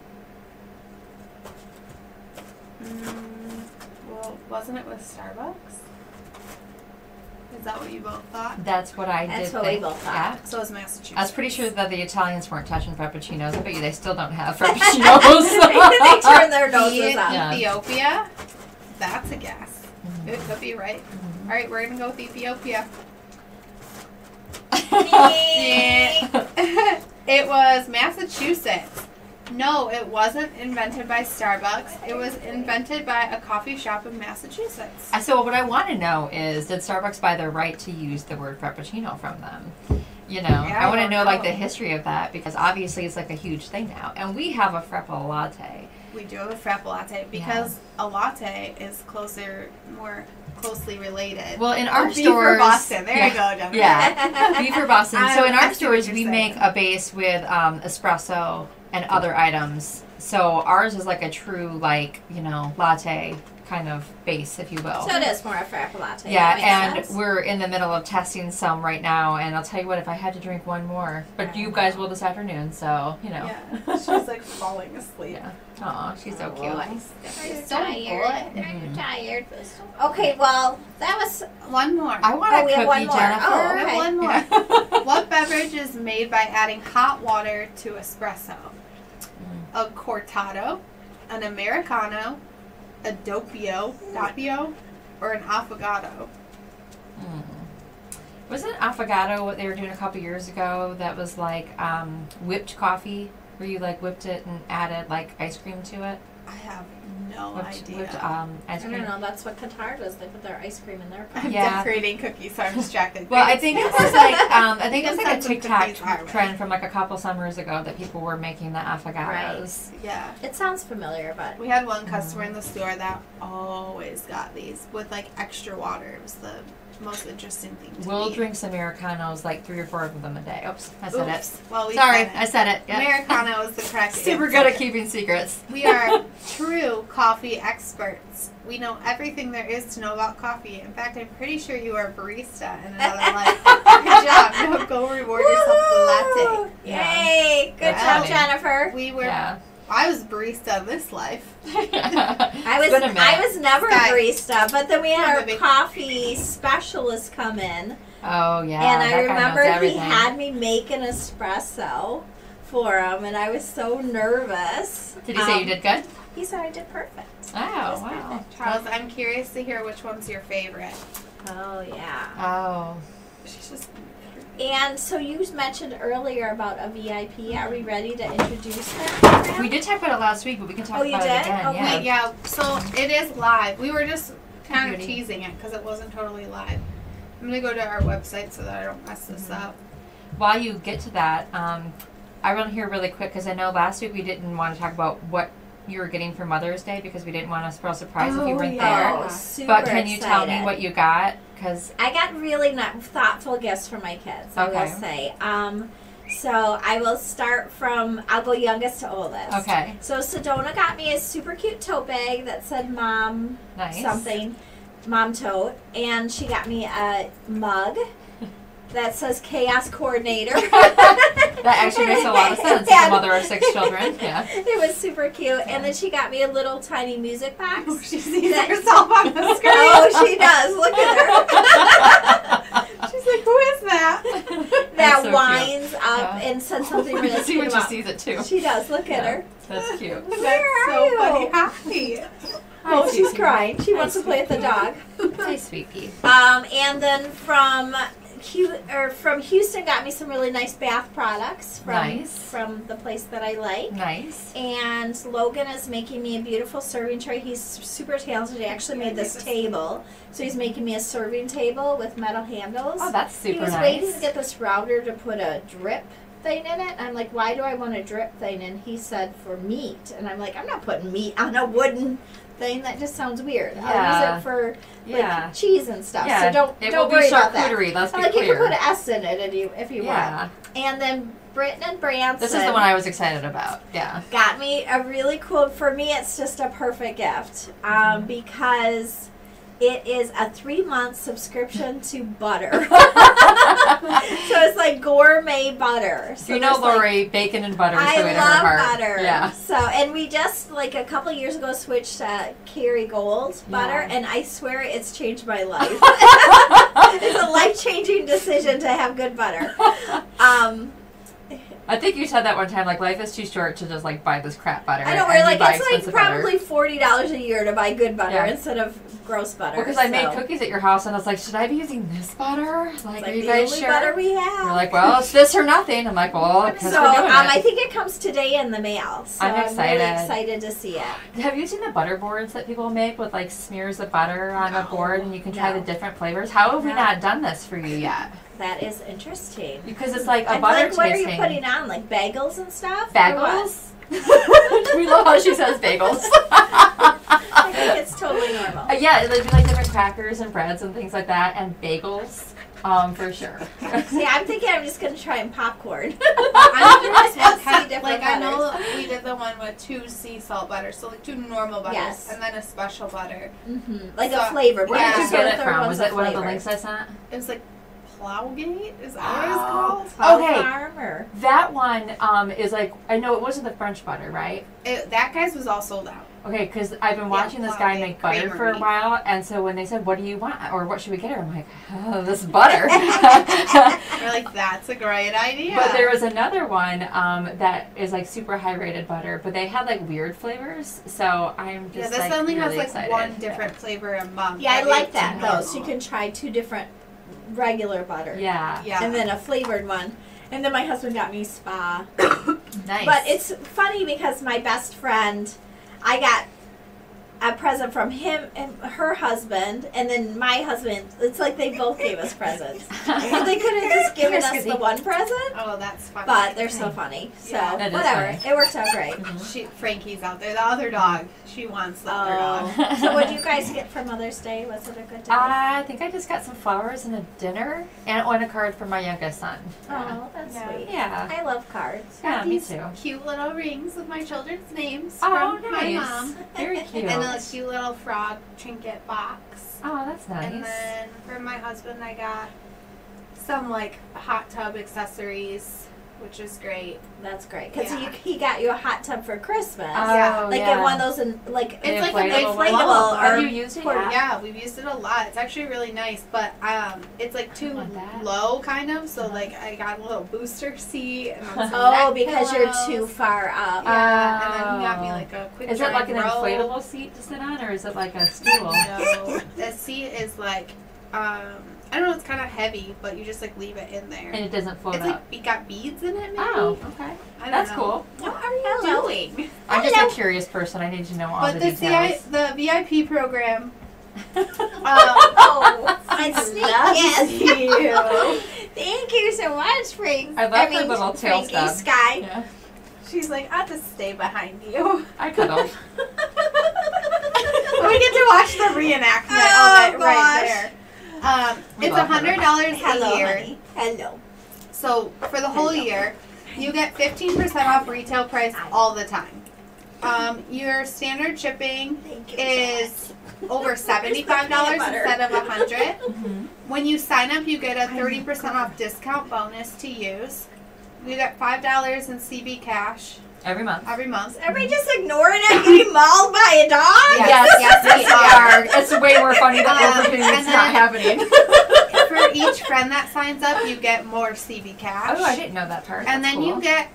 S2: Mm, well, wasn't it with Starbucks? Is that what you both thought?
S1: yeah. That's what I
S3: That's
S1: did
S3: what we
S1: think.
S3: both thought.
S1: Yeah.
S2: So is
S1: I
S2: Massachusetts.
S1: was pretty sure that the Italians weren't touching frappuccinos. I bet you they still don't have
S3: they
S1: frappuccinos.
S3: turn their noses
S2: Ethiopia.
S3: up.
S1: Yeah.
S2: That's a guess.
S1: Mhm.
S2: It could be right.
S1: Mm-hmm.
S2: All right, we're gonna go with Ethiopia. it was Massachusetts. No, it wasn't invented by Starbucks. It was invented by a coffee shop in Massachusetts.
S1: I- so what I want to know is, did Starbucks buy the right to use the word frappuccino from them? You know,
S2: Yeah,
S1: I want to
S2: don't
S1: know like the
S2: know.
S1: history of that because obviously it's like a huge thing now, and we have a frappa latte.
S2: We do have a frappe latte because a latte is closer, more closely related.
S1: Well, in
S2: Oh,
S1: our
S2: B
S1: stores,
S2: for Boston. There
S1: yeah.
S2: you go, Jennifer.
S1: Yeah. beef for Boston. so in
S2: I- I
S1: our
S2: see what
S1: stores,
S2: you're
S1: we
S2: saying.
S1: make a base with um, espresso and other items. So ours is like a true, like you know, latte kind of base, if you will.
S3: So it is more a frappe latte.
S1: yeah,
S3: That makes
S1: and
S3: sense.
S1: we're in the middle of testing some right now. And I'll tell you what, if I had to drink one more, but you guys will this afternoon, so you know.
S2: Yeah. She's like falling asleep.
S1: Yeah. Aw, she's so
S3: Oh,
S1: cute.
S3: I-
S2: She's
S3: I'm
S2: so
S3: tired.
S2: good.
S1: Mm-hmm.
S3: I'm tired. Okay, well, that was.
S2: One more.
S1: I want a
S3: Oh, we
S1: cookie,
S3: have one more.
S1: Jennifer.
S3: Oh,
S2: We have
S3: okay.
S2: One more.
S1: Yeah.
S2: What beverage is made by adding hot water to espresso? A cortado, an americano, a doppio, doppio, or an affogato?
S1: Mm. Wasn't affogato what they were doing a couple years ago? That was like um, whipped coffee, where you like whipped it and added like ice cream to it.
S2: I have no
S1: Whipped,
S2: idea.
S1: whipped um,
S3: I
S1: ice
S3: don't
S1: cream.
S3: know. That's what Qatar does. They put their ice cream in their
S2: I'm
S3: coffee.
S1: yeah.
S2: decorating cookies, so I'm distracted.
S1: Well, I think it was like um, I think it was like a
S2: That's what
S1: TikTok
S2: cookies are, right?
S1: trend from like a couple summers ago that people were making the affogatos.
S2: yeah.
S3: It sounds familiar, but
S2: We had one
S1: Mm.
S2: customer in the store that always got these with like extra water. It was the most interesting thing to
S1: We'll
S2: me.
S1: drink some americanos, like three or four of them a day. Oops, I said
S2: Oops. Well,
S1: it.
S2: we
S1: Sorry,
S2: said it.
S1: I said it. Yeah.
S2: Americano is the correct
S1: Super
S2: answer.
S1: good at keeping secrets.
S2: We are true coffee experts. We know everything there is to know about coffee. In fact, I'm pretty sure you are a barista in another life. Good job. No, go reward yourself with a latte.
S3: Woohoo! Yay! Good
S1: Yeah.
S3: job, Jennifer.
S2: We were.
S1: Yeah.
S2: I was barista in this life.
S3: I was
S1: It's been a
S3: I
S1: minute.
S3: was never
S2: Sky.
S3: a barista, but then we had our
S2: Maybe.
S3: coffee specialist come in,
S1: Oh yeah.
S3: and
S1: that
S3: I
S1: guy knows
S3: remember he
S1: everything.
S3: had me make an espresso for him, and I was so nervous.
S1: Did he say you
S3: Um,
S1: did good?
S3: He said I did perfect.
S1: Oh,
S3: It was
S1: wow.
S3: perfect.
S2: Charles, I'm curious to hear which one's your favorite.
S3: Oh yeah.
S1: Oh.
S2: She's just
S3: And so you mentioned earlier about a VIP. Are we ready to introduce her?
S1: We did talk about it last week, but we can talk
S3: Oh, you
S1: about
S3: did?
S1: it again.
S3: Oh,
S1: yeah.
S2: Wait, yeah, so it is live. We were just kind of
S1: Beauty.
S2: teasing it because it wasn't totally live. I'm gonna go to our website so that I don't mess this up.
S1: Mm-hmm. While you get to that, um, I run here really quick because I know last week we didn't want to talk about what you were getting for Mother's Day because we didn't want to spoil surprise if you
S2: Oh,
S1: weren't
S2: yeah.
S1: there.
S3: Oh, super
S1: But can you tell me
S3: excited.
S1: what you got? Because
S3: I got really not thoughtful gifts for my kids. I
S1: Okay.
S3: will say. Um, so I will start from I'll go youngest to oldest.
S1: okay,
S3: So Sedona got me a super cute tote bag that said "Mom
S1: nice.
S3: something, Mom tote," and she got me a mug that says "Chaos Coordinator."
S1: That actually makes a lot of sense. As
S3: Yeah.
S1: a mother of six children. Yeah.
S3: It was super cute, and then she got me a little tiny music box.
S1: Oh,
S2: She sees
S3: That-
S2: herself on the screen.
S3: Oh, she does. Look at her.
S2: She's like, who is that?
S3: that
S1: That's so cute.
S3: winds up
S1: Yeah.
S3: and said something really
S1: I see
S3: cute
S1: when she
S3: about.
S1: sees it too.
S3: She does. Look at
S1: Yeah.
S3: her.
S1: That's cute.
S3: Where
S2: That's
S3: are
S2: so
S3: you?
S2: funny. Happy.
S3: Oh,
S1: Hi,
S3: she's
S1: sweetie.
S3: crying. She
S1: Hi,
S3: wants to play with the
S1: sweetie.
S3: dog.
S1: Hi, sweet pea.
S3: Um, and then from Hu- or from Houston got me some really nice bath products from
S1: Nice.
S3: from the place that I like.
S1: Nice.
S3: And Logan is making me a beautiful serving tray. He's super talented. He actually made this table, so he's making me a serving table with metal handles.
S1: Oh, that's super
S3: he was
S1: nice.
S3: waiting to get this router to put a drip thing in it. I'm like, why do I want a drip thing? And he said for meat, and I'm like, I'm not putting meat on a wooden thing. That just sounds weird. I'll use
S1: Yeah.
S3: it for like
S1: yeah.
S3: cheese and stuff.
S1: yeah.
S3: So don't
S1: it
S3: don't
S1: will
S3: worry
S1: be
S3: about that.
S1: charcuterie. Let's be
S3: I'm like you
S1: clear.
S3: can put an S in it if you if you want.
S1: yeah.
S3: And then Britton and Branson
S1: This is the one I was excited about. Yeah.
S3: got me a really cool. For me, it's just a perfect gift um,
S1: Mm-hmm.
S3: because it is a three month subscription to butter. so it's like gourmet butter. So
S1: you know,
S3: there's, like,
S1: Lori, bacon and butter is
S3: I
S1: the way to
S3: love
S1: her heart.
S3: butter.
S1: Yeah.
S3: So, and we just like a couple years ago switched to Kerrygold butter,
S1: Yeah.
S3: and I swear it's changed my life. it's a life changing decision to have good butter. Um,
S1: I think you said that one time, like life is too short to just like buy this crap butter.
S3: I know
S1: and
S3: we're
S1: you
S3: like
S1: buy
S3: it's
S1: expensive
S3: like
S1: butter.
S3: probably forty dollars a year to buy good butter
S1: Yeah.
S3: instead of gross butter.
S1: Well, because I made
S3: so-
S1: cookies at your house, and I was like, should I be using this butter? Like,
S3: It's
S1: are
S3: like
S1: you
S3: the
S1: guys
S3: only
S1: sure?
S3: butter we
S1: You're
S3: have.
S1: like, well, it's this or nothing. I'm like, well, because
S3: so
S1: we're doing
S3: um, I
S1: it.
S3: think it comes today in the mail. So
S1: I'm
S3: really
S1: excited.
S3: excited to see it.
S1: Have you seen the butter boards that people make with like smears of butter on a
S3: No.
S1: board, and you can try
S3: No.
S1: the different flavors? How have we
S3: No.
S1: not done this for you yet?
S3: That is interesting.
S1: Because it's like a
S3: And,
S1: butter
S3: like, what are
S1: tasting.
S3: you putting on? Like bagels and stuff? or what?
S1: Bagels. we love how she says bagels.
S3: I think it's totally normal.
S1: Uh, yeah, they'd be like different crackers and breads and things like that, and bagels, um, for sure.
S3: See, I'm thinking I'm just gonna try and popcorn.
S2: I'm curious what
S3: Yes.
S2: kind. Like, I know we did the one with two sea salt butters, so like two normal butters,
S3: Yes.
S2: and then a special butter.
S3: hmm Like a
S2: So-
S3: flavor.
S1: Where did
S2: Yeah.
S1: you get
S3: The
S1: it
S3: third
S1: from?
S3: one's
S1: Was
S3: a
S1: it one of the
S3: flavor.
S1: links I sent?
S2: It was like Plowgate? Is that what it's called?
S1: Oh. Okay.
S3: Farm or-
S1: That one um, is like I know it wasn't the French butter, right?
S2: It, that guy's was all sold out.
S1: Okay, because I've been watching this guy
S2: Plowgate
S1: make butter for a
S2: Creamery.
S1: while, and so when they said, "What do you want?" or "What should we get her?" I'm like, oh, "This butter."
S2: We're like, that's a great idea.
S1: But there was another one um, that is like super high rated butter, but they had like weird flavors. So I'm
S2: yeah,
S1: just
S2: this
S1: like,
S2: only
S1: really
S2: has like
S1: excited.
S2: one
S1: Yeah.
S2: different flavor a month.
S3: Yeah, I
S2: Every
S3: like that
S2: normal.
S3: though. So you can try two different regular butter.
S1: Yeah.
S2: Yeah.
S3: And then a flavored one. And then my husband got me spa.
S1: Nice.
S3: But it's funny because my best friend, I got a present from him and her husband, and then my husband. It's like they both gave us presents. If they could have just given us the one present,
S2: Oh, that's funny.
S3: but they're so funny. So
S2: Yeah.
S1: That is
S3: whatever, it worked out great.
S2: she, Frankie's out there. The other dog. She wants the other
S3: Oh.
S2: dog.
S3: so what do you guys get for Mother's Day? Was it a good day?
S1: I think I just got some flowers and a dinner and on a card for my youngest son.
S3: oh, that's
S2: Yeah.
S3: sweet.
S1: Yeah.
S3: I love cards.
S1: Yeah, me
S2: These
S1: too.
S2: Cute little rings with my children's names
S1: Oh,
S2: from
S1: nice.
S2: my mom.
S1: Very cute.
S2: And a cute little frog trinket box.
S1: oh, that's nice.
S2: And then for my husband, I got some like hot tub accessories. which is great.
S3: That's great because
S2: Yeah.
S3: he, he got you a hot tub for Christmas.
S2: Yeah,
S1: Oh,
S3: like
S1: yeah.
S3: get one of those in, like
S2: It's
S1: An
S2: like an
S1: inflatable
S2: inflatable
S3: one.
S1: Have
S3: or
S1: you used it?
S3: port-
S1: yet?
S2: Yeah, we've used it a lot. It's actually really nice, but um, it's like too
S1: want that.
S2: low, kind of. So
S1: Uh-huh.
S2: like I got a little booster seat. And some
S3: oh
S2: neck
S3: because you're too
S2: pillows.
S3: far up.
S2: Yeah, and then he got me
S1: Oh.
S2: like a quick.
S1: Is it like an
S2: row.
S1: inflatable seat to sit on, or is it like a stool?
S2: No, the seat is like um, I don't know. It's kind of heavy, but you just like leave it in there.
S1: And it doesn't float
S2: it's like
S1: up.
S2: it got beads in it. Maybe.
S1: Oh, okay.
S2: I don't
S1: That's
S2: know. Oh,
S1: cool.
S2: What are you
S3: Hello.
S2: doing?
S1: I'm
S3: I
S1: just
S3: know.
S1: a curious person. I need to know all
S2: But
S1: the
S2: the, CI,
S1: details.
S2: the VIP program. Um,
S3: Oh, I sneak
S2: Love
S3: yes. Thank you so much, Frank.
S1: I love her
S3: mean,
S1: little tail
S3: Frankie
S1: stub.
S3: Sky.
S1: Yeah.
S2: she's like, I'll just stay behind you.
S1: I cuddle.
S2: we get to watch the reenactment of
S3: Oh,
S2: it
S3: gosh.
S2: right there. Um,
S1: We
S2: it's a
S1: love her.
S2: hundred dollars
S3: Hello,
S2: a year.
S3: honey. Hello.
S2: So for the whole
S3: Hello.
S2: year, you get fifteen percent off retail price all the time. Um, your standard shipping
S3: Thank you.
S2: is over
S3: Where's the peanut
S2: seventy-five dollars
S3: butter?
S2: instead of a hundred.
S1: Mhm.
S2: When you sign up, you get a
S3: my
S2: thirty percent off discount bonus to use. You get five dollars in CB cash
S1: Every month.
S2: every month.
S3: Are we just ignoring it? Getting mauled by a dog?
S2: Yes.
S1: Yes, yes, we are. It's way more funny than
S2: Um,
S1: everything
S2: and
S1: that's
S2: then-
S1: not happening.
S2: For each friend that signs up, you get more CB cash.
S1: Oh, I didn't know that part.
S2: And
S1: That's
S2: then
S1: cool.
S2: you get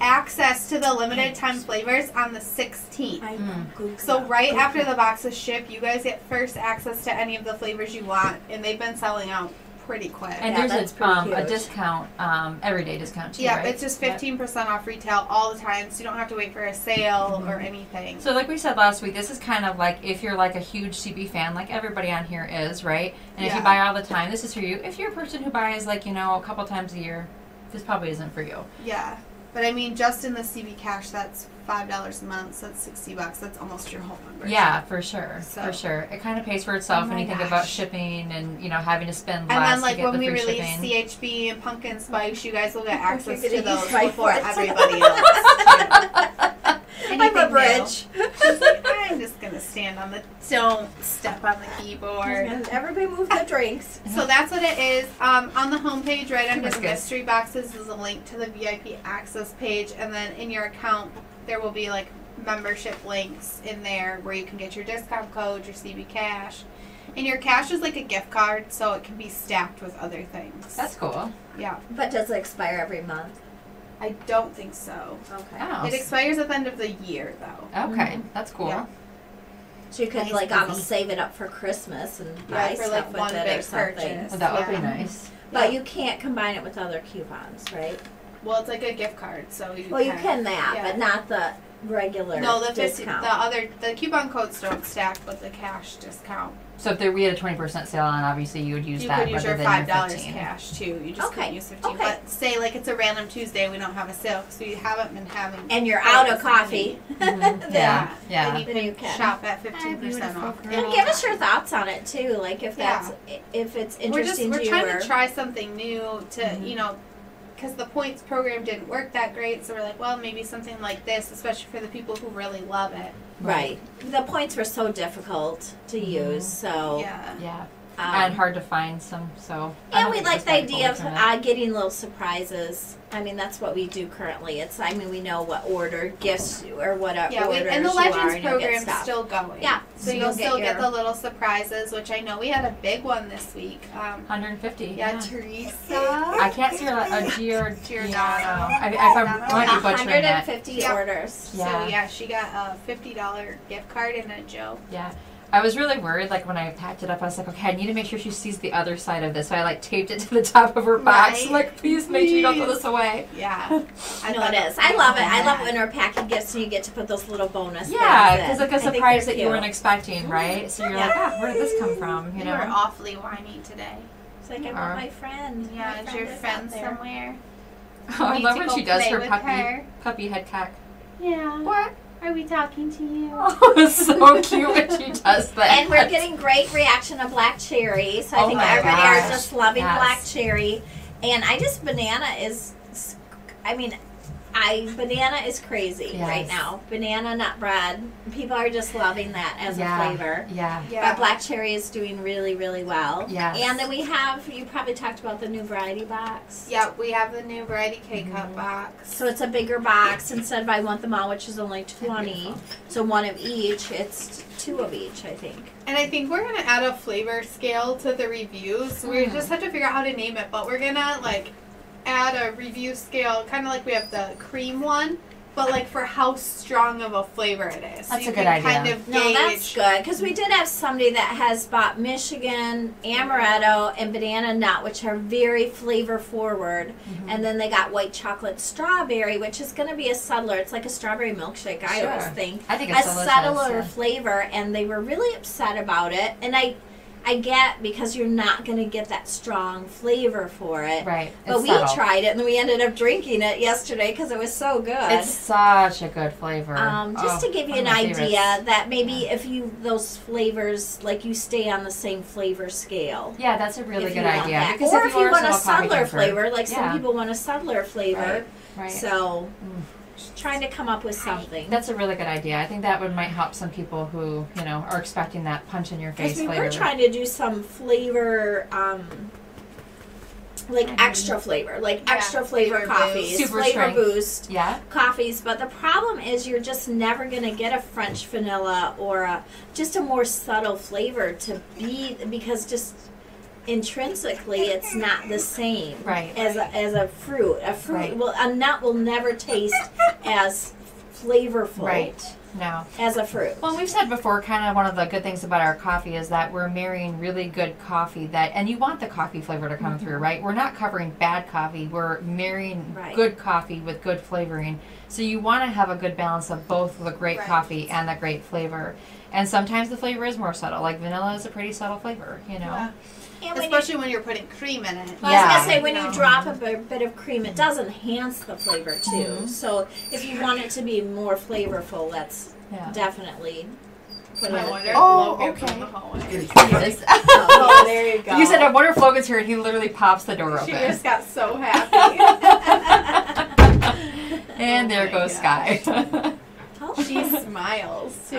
S2: access to the limited time flavors on the 16th.
S3: I'm
S2: Mm. So right after the boxes ship, you guys get first access to any of the flavors you want, and they've been selling out pretty quick.
S1: And
S3: Yeah, that's
S1: there's a,
S3: pretty
S1: um, a
S3: cute.
S1: discount, um, everyday discount too,
S2: yeah,
S1: right?
S2: it's just 15% off retail all the time, so you don't have to wait for a sale
S1: Mm-hmm.
S2: or anything.
S1: So, like we said last week, this is kind of like if you're like a huge CB fan, like everybody on here is, right? And if
S2: Yeah.
S1: you buy all the time, this is for you. If you're a person who buys like you know a couple times a year, this probably isn't for you.
S2: Yeah. But I mean, just in the CB cash, that's $5 a month, so that's 60 bucks. That's almost your whole membership.
S1: Yeah, for sure,
S2: So-
S1: for sure. It kind of pays for itself
S2: Oh
S1: when
S2: my
S1: you think about
S2: gosh.
S1: shipping and you know having to spend
S2: And
S1: less
S2: then, like
S1: to get
S2: when
S1: the
S2: we
S1: free
S2: release
S1: shipping.
S2: CHB and pumpkin spice, you guys will get access
S3: gonna
S2: to
S3: use
S2: those
S3: my
S2: before
S3: foot.
S2: everybody else.
S3: I'm a
S2: Anything
S3: bridge.
S2: new. I'm just gonna stand on the. Don't step on the keyboard.
S3: Everybody move the drinks.
S2: So that's what it is. Um, on the homepage, right under the
S1: Hibiscus.
S2: mystery boxes, is a link to the VIP access page, and then in your account, there will be like membership links in there where you can get your discount code, your CB cash, and your cash is like a gift card, so it can be stacked with other things.
S1: That's cool.
S2: yeah.
S3: But does it expire every month?
S2: I don't think so.
S3: Okay.
S1: Oh,
S2: It expires at the end of the year, though.
S1: okay, that's cool.
S2: Yeah.
S3: So you could
S2: Nice
S3: like
S2: busy.
S3: almost save it up for Christmas and
S2: Yeah,
S3: buy
S2: for, like,
S3: stuff
S2: one
S3: with it or
S2: big
S3: something.
S2: purchase.
S1: Well, Oh, that would
S2: Yeah.
S1: be nice.
S3: But you can't combine it with other coupons, right?
S2: Well, it's like a gift card, so you.
S3: well, you can that,
S2: yeah.
S3: but not the regular
S2: No, the 50, the
S3: discount.
S2: other the coupon codes don't stack, but the cash discount.
S1: So if there, we had a twenty percent sale on, obviously you would use
S2: you
S1: that
S2: could use
S1: rather
S2: your
S1: than
S2: five dollars
S1: fifteen.
S2: cash too. You just
S3: Okay,
S2: can't use fifteen.
S3: okay.
S2: But say like it's a random Tuesday, we don't have a sale, so you haven't been having.
S3: and you're out of
S2: Right.
S3: coffee.
S2: Mm-hmm.
S1: Mhm. Yeah, yeah.
S2: Then you
S3: Then you
S2: can
S3: can.
S2: shop at fifteen percent off.
S3: And give us your thoughts on it too, like if
S2: Yeah.
S3: that's if it's
S2: We're just
S3: interesting
S2: we're
S3: to you.
S2: trying
S3: or-
S2: to Mm-hmm. try something new to
S1: Mhm.
S2: you know. Because the points program didn't work that great, so we're like, well, maybe something like this, especially for the people who really love it.
S3: right. The points were so difficult to use,
S1: Oh.
S3: so
S2: Mm-hmm. Yeah.
S1: Yeah,
S3: um,
S1: and hard to find some. So I
S3: Yeah,
S1: don't
S3: we
S1: think
S3: like
S1: that's
S3: the
S1: bad
S3: idea of
S1: for
S3: uh, getting little surprises. I mean, that's what we do currently. It's I mean, we know what order gifts you- or what uh,
S2: Yeah, we,
S3: orders
S2: and the
S3: you are,
S2: Legends
S3: and you'll get
S2: program's
S3: stuff.
S2: still going.
S3: Yeah,
S2: So,
S3: so
S2: you'll,
S3: you'll get
S2: still get
S3: your-
S2: the little surprises, which I know we had a big one this week. Um,
S1: 150.
S2: yeah, Teresa.
S1: I can't see her like a Gior-
S2: Giordano.
S1: I, if I'm
S2: Giordano.
S1: might be butchering that.
S3: 150
S2: Yeah.
S3: orders.
S1: Yeah.
S2: So yeah, she got a fifty dollar gift card and a Joe.
S1: I was really worried, like when I packed it up, I was like, okay, I need to make sure she sees the other side of this. So I like taped it to the top of her box.
S2: Right.
S1: Like, please make sure you don't throw this away.
S2: Yeah.
S3: I know
S2: thought
S3: it
S2: that
S3: is. I love it. I love
S2: bad.
S3: when we're packing gifts and you get to put those little bonus.
S1: Yeah,
S3: things
S1: because
S3: in.
S1: like
S3: I
S1: a
S3: think
S1: surprise
S3: they're
S1: that you
S3: cute.
S1: weren't expecting, right? So you're like, ah, where did this come from? You
S2: You were
S1: know?
S2: awfully whiny today.
S3: It's like I
S1: Are.
S3: want my friend. Mm-hmm. My
S2: Yeah, is your
S3: out
S2: friend
S3: there.
S2: somewhere?
S1: Oh, I
S2: Need
S1: love
S2: to
S1: when
S2: go
S1: she does
S2: play
S1: her
S2: with
S1: puppy
S2: her.
S1: puppy head cock.
S2: Yeah.
S1: What?
S2: Are we talking to you?
S1: Oh, it's so cute when she does that.
S3: And we're getting great reaction of black cherry. So I
S1: Oh
S3: think
S1: my
S3: everybody
S1: gosh,
S3: are just loving
S1: yes.
S3: black cherry. And I just banana is, I mean, I banana is crazy right
S1: Yes.
S3: now. Banana nut bread. People are just loving that as
S1: Yeah.
S3: a flavor.
S1: Yeah.
S2: Yeah.
S3: But black cherry is doing really, really well.
S1: Yes.
S3: And then we have you probably talked about the new variety box.
S2: Yeah, we have the new variety K cup
S3: Mm-hmm.
S2: box.
S3: So it's a bigger box instead of I want them all, which is only twenty. So one of each. It's two of each, I think.
S2: And I think we're gonna add a flavor scale to the reviews. We
S1: Mm.
S2: just have to figure out how to name it, but we're gonna like add a review scale, kind of like we have the cream one, but like for how strong of a flavor it is.
S1: That's
S2: you
S1: a good
S2: can
S1: idea.
S2: Kind of
S3: No,
S2: gauge.
S3: that's good because we did have somebody that has bought Michigan amaretto and banana nut, which are very flavor forward,
S1: Mm-hmm.
S3: and then they got white chocolate strawberry, which is going to be a subtler. It's like a strawberry milkshake. I always
S1: Sure.
S3: think
S1: I think
S3: a
S1: it's delicious.
S3: subtler
S1: yeah.
S3: flavor, and they were really upset about it. And I, I get because you're not going to get that strong flavor for it.
S1: Right.
S3: But
S1: it's
S3: we
S1: subtle.
S3: tried it, and we ended up drinking it yesterday because it was so good.
S1: It's such a good flavor.
S3: Um, just
S1: Oh,
S3: to give you an
S1: one of my
S3: idea
S1: favorites.
S3: that maybe if you those flavors like you stay on the same flavor scale.
S1: Yeah, that's a really
S3: if
S1: good
S3: you want
S1: idea.
S3: that.
S1: Because
S3: or if you
S1: are
S3: want
S1: someone
S3: a
S1: coffee
S3: subtler
S1: drinker-
S3: flavor, like
S1: Yeah.
S3: some people want a subtler flavor.
S1: Right.
S3: So
S1: Mm.
S3: just trying to come up with something.
S1: That's a really good idea. I think that would might help some people who you know are expecting that punch in your face
S3: Because we
S1: flavor.
S3: were trying to do some flavor um like
S1: Mhm.
S3: extra flavor, like
S2: Yeah,
S3: extra flavor,
S2: flavor boost.
S3: coffees,
S1: Super
S3: flavor
S1: strength.
S3: boost.
S1: yeah,
S3: coffees, but the problem is you're just never going to get a French vanilla or a, just a more subtle flavor to be because just intrinsically it's not the same
S1: right.
S3: as a, as a fruit. A fruit
S1: Right.
S3: will a nut will never taste as flavorful
S1: Right. No.
S3: as a fruit.
S1: Well, we've said before, kind of one of the good things about our coffee is that we're marrying really good coffee that, and you want the coffee flavor to come
S2: Mm-hmm.
S1: through, right? We're not covering bad coffee. We're marrying
S3: Right.
S1: good coffee with good flavoring. So you want to have a good balance of both the great
S2: Right.
S1: coffee and the great flavor. And sometimes the flavor is more subtle. Like vanilla is a pretty subtle flavor, you know.
S2: Yeah.
S3: And when you,
S2: Especially when you're putting cream in it.
S3: well, I was
S1: Yeah.
S3: gonna say when
S2: No.
S3: you drop a bi- bit of cream, it does enhance the flavor too.
S1: Mm-hmm.
S3: So if you want it to be more flavorful, that's
S1: Yeah.
S3: definitely. put in
S2: I
S3: the
S2: wonder if
S1: Oh,
S2: Logan from
S1: okay.
S2: the hallway-
S3: Oh,
S2: there you go.
S1: you said a wonderful Logan's here, and he literally pops the door
S2: She
S1: open.
S2: just got so happy.
S1: and there
S2: Oh my
S1: goes
S2: gosh.
S1: Sky.
S2: she smiles too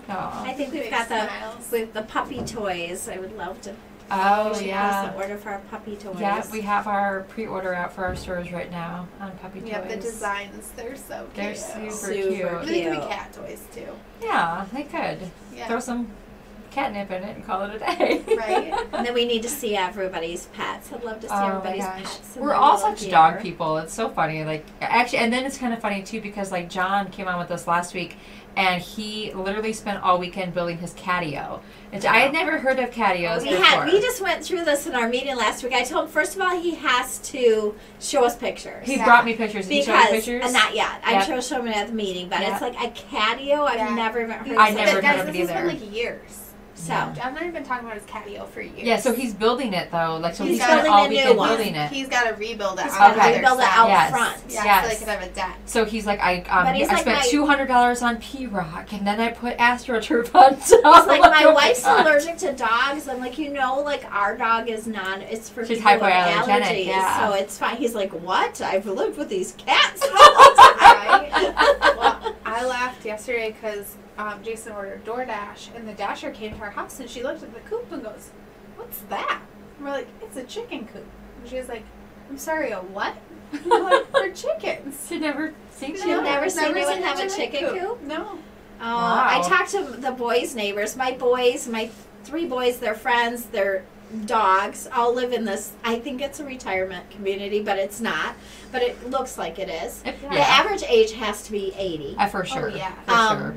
S2: now.
S1: oh.
S3: I think we've
S2: Big
S3: got the
S2: smiles.
S3: with the puppy toys. I would love to. we
S1: oh
S3: should
S1: yeah.
S3: post the order for our puppy toys.
S1: Yeah, we have our pre-order out for our stores right now on Puppy
S2: We have the
S1: Toys.
S2: designs. They're so cute.
S1: They're super,
S3: Super
S1: cute.
S2: They could be
S3: Cute.
S2: cat toys too.
S1: Yeah, they could
S2: Yeah.
S1: throw some catnip in it and call it a day.
S2: Right.
S3: and then we need to see everybody's pets. I'd love to see
S1: Oh my
S3: everybody's
S1: gosh.
S3: pets. and
S1: We're
S3: their
S1: all
S3: little
S1: such
S3: gear.
S1: dog people. It's so funny. Like actually, and then it's kind of funny too because like John came on with us last week, and he literally spent all weekend building his catio. Which I had never heard of catios
S3: We
S1: before.
S3: had we just went through this in our meeting last week. I told him first of all he has to show us pictures.
S1: he brought me pictures. Did he show you
S3: because
S1: pictures?
S3: uh, not yet. I'm
S1: Yep.
S3: sure she'll show me at the meeting, but it's
S1: Yeah.
S3: like a catio. I've
S2: Yeah.
S3: never even heard.
S1: I
S3: of
S1: never
S2: But
S1: heard
S3: that.
S2: guys,
S1: of it
S2: this has
S1: either.
S2: been like years.
S3: So
S2: John and I have been talking about his catio for years.
S1: yeah, so he's building it though. Like so,
S2: He's
S1: he spent
S3: building
S1: all
S3: a new
S1: weekend
S3: one.
S1: building it.
S2: He's got to rebuild it.
S3: He's
S2: on
S1: gotta
S2: the other
S3: rebuild it
S2: side.
S3: out
S1: Yes.
S3: front.
S2: Yeah, so they
S1: Yes.
S2: could have a deck.
S1: So he's like, I um,
S3: But he's
S1: I
S3: like
S1: spent
S3: my-
S1: two hundred dollars on P Rock, and then I put AstroTurf on top.
S3: It's like my
S1: Oh
S3: wife's
S1: God.
S3: allergic to dogs. I'm like, you know, like our dog is not. It's for
S1: She's
S3: people with
S1: hypoallergenic,
S3: allergies,
S1: yeah.
S3: so it's fine. He's like, what? I've lived with these cats. Oh,
S2: Right? well, I laughed yesterday because um, Jason ordered DoorDash, and the dasher came to our house, and she looked at the coop and goes, "What's that?" And we're like, "It's a chicken coop." And she was like, "I'm sorry, a what?" And we're like, "For chickens."
S1: She never seen
S3: She
S1: that.
S3: never seen anyone
S2: seen
S3: have a chicken coop?
S2: No.
S3: Oh, I
S1: Wow.
S3: talked to the boys' neighbors. My boys, my three boys, their friends, their dogs, all live in this. I think it's a retirement community, but it's not. But it looks like it is. The
S1: Yeah,
S3: average age has to be 80.
S1: Uh, for sure.
S2: yeah.
S1: for
S3: Um,
S1: sure.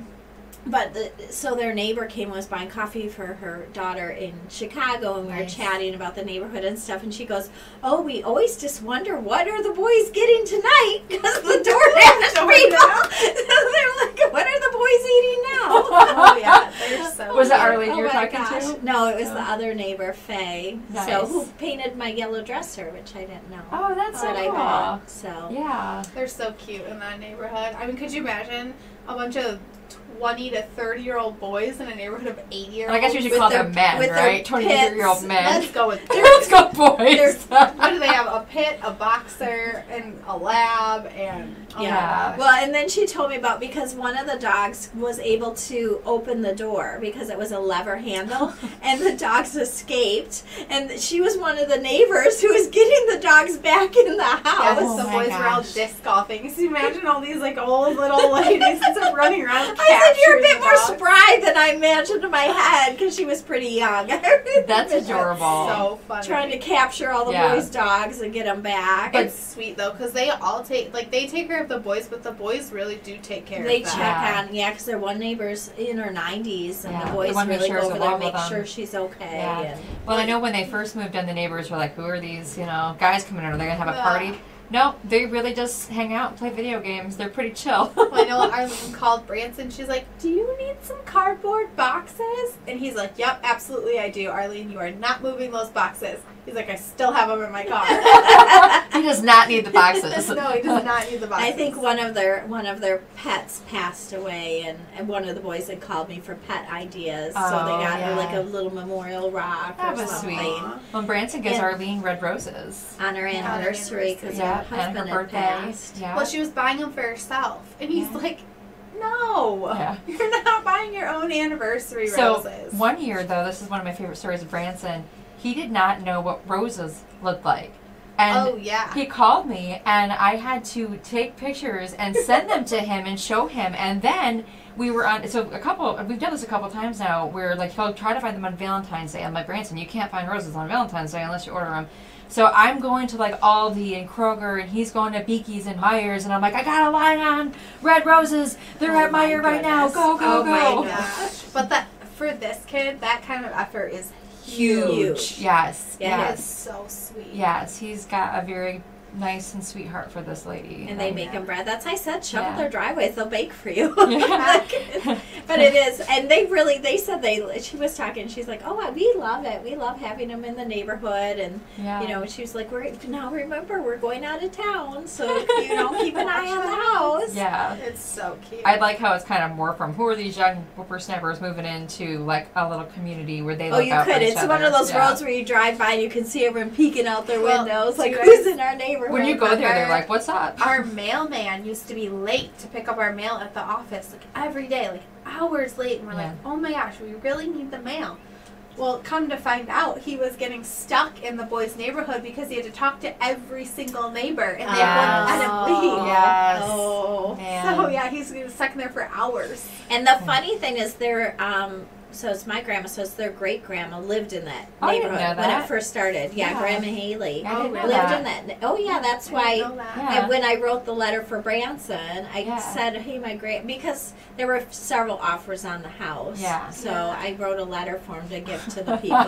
S3: But the, so their neighbor came and was buying coffee for her daughter in Chicago, and we
S1: Nice.
S3: were chatting about the neighborhood and stuff. And she goes, "Oh, we always just wonder what are the boys getting tonight because the DoorDash
S2: Don't
S3: people, they're like, what are the boys eating now?"
S2: Oh yeah, they're so.
S1: Was it
S2: cute.
S1: Arlene
S3: Oh
S1: you were
S3: my
S1: talking
S3: gosh.
S1: to?
S3: No, it was the
S1: Oh.
S3: other neighbor, Faye. So
S1: Nice.
S3: who painted my yellow dresser, which I didn't know.
S1: Oh, that's so
S3: that I
S1: cool.
S3: bought. So
S1: Yeah.
S2: They're so cute in that neighborhood. I mean, could you imagine a bunch of twenty to thirty year old boys in a neighborhood of eighty year
S1: And
S2: olds.
S1: I guess you should
S3: With
S1: call
S3: their-
S1: them men,
S3: with their
S1: right? 23 year old
S3: pits.
S2: Let's
S1: men.
S2: go with
S1: Let's go, boys.
S2: What do they have? A pit, a boxer, and a lab, and oh my
S1: Yeah.
S2: gosh.
S3: Well, and then she told me about because one of the dogs was able to open the door because it was a lever handle, and the dogs escaped. And she was one of the neighbors who was getting the dogs back in the
S2: Yeah,
S3: house.
S1: Oh
S2: the
S1: my
S2: boys were all
S1: gosh.
S2: disc golfing. Just imagine all these like old little ladies just like, running around.
S3: I said you're
S2: capturing
S3: a bit
S2: the
S3: more
S2: dogs."
S3: spry than I imagined in my head because she was pretty young.
S1: That's adorable.
S2: So funny.
S3: Trying to capture all the
S1: Yeah.
S3: boys' dogs and get them back.
S2: It's sweet though, because they all take like they take care of the boys, but the boys really do take care
S3: They
S2: of
S3: check
S2: them.
S1: Yeah.
S3: on, yeah, because their one neighbor's in her 90s, and
S1: Yeah,
S3: the
S1: they
S3: boys
S1: wanna make
S3: really
S1: sure
S3: go
S1: it's
S3: over
S1: a
S3: there
S1: love
S3: and make
S1: with 'em.
S3: sure she's okay.
S1: Yeah.
S3: and-
S1: Well, I know when they first moved in, the neighbors were like, "Who are these, you know, guys coming in? Are they gonna have a
S2: Yeah.
S1: party?" No, they really just hang out and play video games. They're pretty chill.
S2: Well, I know Arlene called Branson. She's like, "Do you need some cardboard boxes?" And he's like, "Yep, absolutely, I do." Arlene, you are not moving those boxes. He's like, "I still have them in my car."
S1: he does not need the boxes.
S2: no, he does not need the boxes.
S3: I think one of their one of their pets passed away, and, and one of the boys had called me for pet ideas, so
S1: Oh,
S3: they got her
S1: yeah.
S3: like a little memorial rock
S1: That
S3: or
S1: was
S3: something
S1: sweet. When Branson gives
S3: Yeah.
S1: Arlene red roses.
S3: on her anniversary because
S1: Yeah,
S3: her
S1: and
S3: husband
S1: her
S3: had
S1: birthday.
S3: passed.
S1: Yeah.
S2: Well, she was buying them for herself, and he's
S1: Yeah.
S2: like, "No,
S1: Yeah.
S2: you're not buying your own anniversary oh,
S1: So
S2: roses."
S1: one year though, this is one of my favorite stories of Branson. He did not know what roses looked like, and
S2: oh yeah.
S1: He called me and I had to take pictures and send them to him and show him and then we were on so a couple we've done this a couple times now where like he'll try to find them on Valentine's Day. I'm like Branson, you can't find roses on Valentine's Day unless you order them. So I'm going to like Aldi and Kroger and he's going to Beaky's and Myers and I'm like, I got a line on red roses. They're
S3: Oh
S1: at
S3: my
S1: Meyer right now.
S3: goodness.
S1: Go, go,
S3: Oh
S1: go.
S3: my God.
S2: gosh. But that for this kid, that kind of effort is
S3: Huge.
S1: Yes.
S3: Yeah.
S2: It is
S1: Yes.
S2: so sweet.
S1: Yes. He's got a very nice and sweet heart for this lady. Um,
S3: And they make them bread. That's why I said shovel
S1: Yeah.
S3: their driveways; they'll bake for you.
S1: Yeah.
S3: Like, but it is, and they really they said they. She was talking. She's like, "Oh, we love it. We love having them in the neighborhood." And
S1: yeah.
S3: you know, she was like, "We're now remember we're going out of town, so you know, keep an eye on the house."
S1: Yeah.
S2: It's so cute.
S1: I like how it's kind of more from who are these young whippersnappers moving into like a little community where they
S3: Oh,
S1: look
S3: you
S1: out for
S3: could.
S1: each
S3: It's one of
S1: other.
S3: those
S1: Yeah.
S3: roads where you drive by and you can see everyone peeking out their
S2: Well,
S3: windows,
S2: do
S3: like
S2: you
S3: who's in our neighborhood.
S1: When you go there, they're
S2: remember-
S1: like, "What's up?"
S2: our mailman used to be late to pick up our mail at the office, like every day, like hours late, and we're
S1: Yeah.
S2: like, "Oh my gosh, we really need the mail." Well, come to find out, he was getting stuck in the boys' neighborhood because he had to talk to every single neighbor, and they wouldn't let him
S3: Oh.
S2: leave.
S1: Yes.
S3: oh.
S1: Man.
S2: So yeah, he's he was stuck in there for hours.
S3: And the funny thing is, their um, so it's my grandma, so it's their great grandma lived in that
S1: I didn't
S3: neighborhood
S1: know
S3: when
S1: that.
S3: it first started. Yeah,
S1: Yeah.
S3: Grandma Haley
S1: I didn't know
S3: lived
S1: that.
S3: in that. Oh yeah, that's
S2: I
S3: why.
S2: didn't know that.
S1: Yeah.
S3: And when I wrote the letter for Branson, I
S1: Yeah.
S3: said, "Hey, my great," because there were several offers on the house.
S1: Yeah.
S3: So
S2: Yeah.
S3: I wrote a letter for him to give to the people.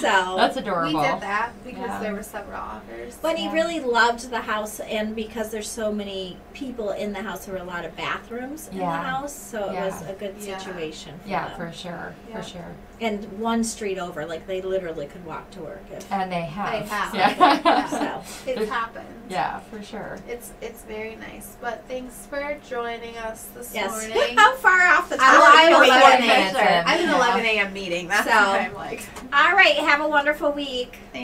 S3: so,
S1: That's adorable.
S2: We did that because
S1: Yeah.
S2: there were several offers.
S3: but he
S1: Yeah.
S3: really loved the house, and because there's so many people in the house, there were a lot of bathrooms in the
S1: Yeah.
S3: house, so it
S1: Yeah.
S3: was a good
S2: Yeah.
S3: situation for
S1: Yeah,
S3: them.
S1: for sure.
S2: Yeah.
S1: For sure.
S3: and one street over, like they literally could walk to work. If,
S1: And they have.
S2: They have.
S1: Yeah.
S3: so,
S2: It's happened.
S1: yeah, for sure.
S2: It's it's very nice. But thanks for joining us this
S3: yes.
S2: morning.
S3: How far off the top?
S2: I
S3: are
S2: like
S3: we going,
S2: eleven
S3: Fisher?
S1: minutes in.
S2: I'm in
S1: Yeah.
S2: 11 a.m. meeting. That's
S3: So-
S2: what I'm like.
S3: All right. Have a wonderful week.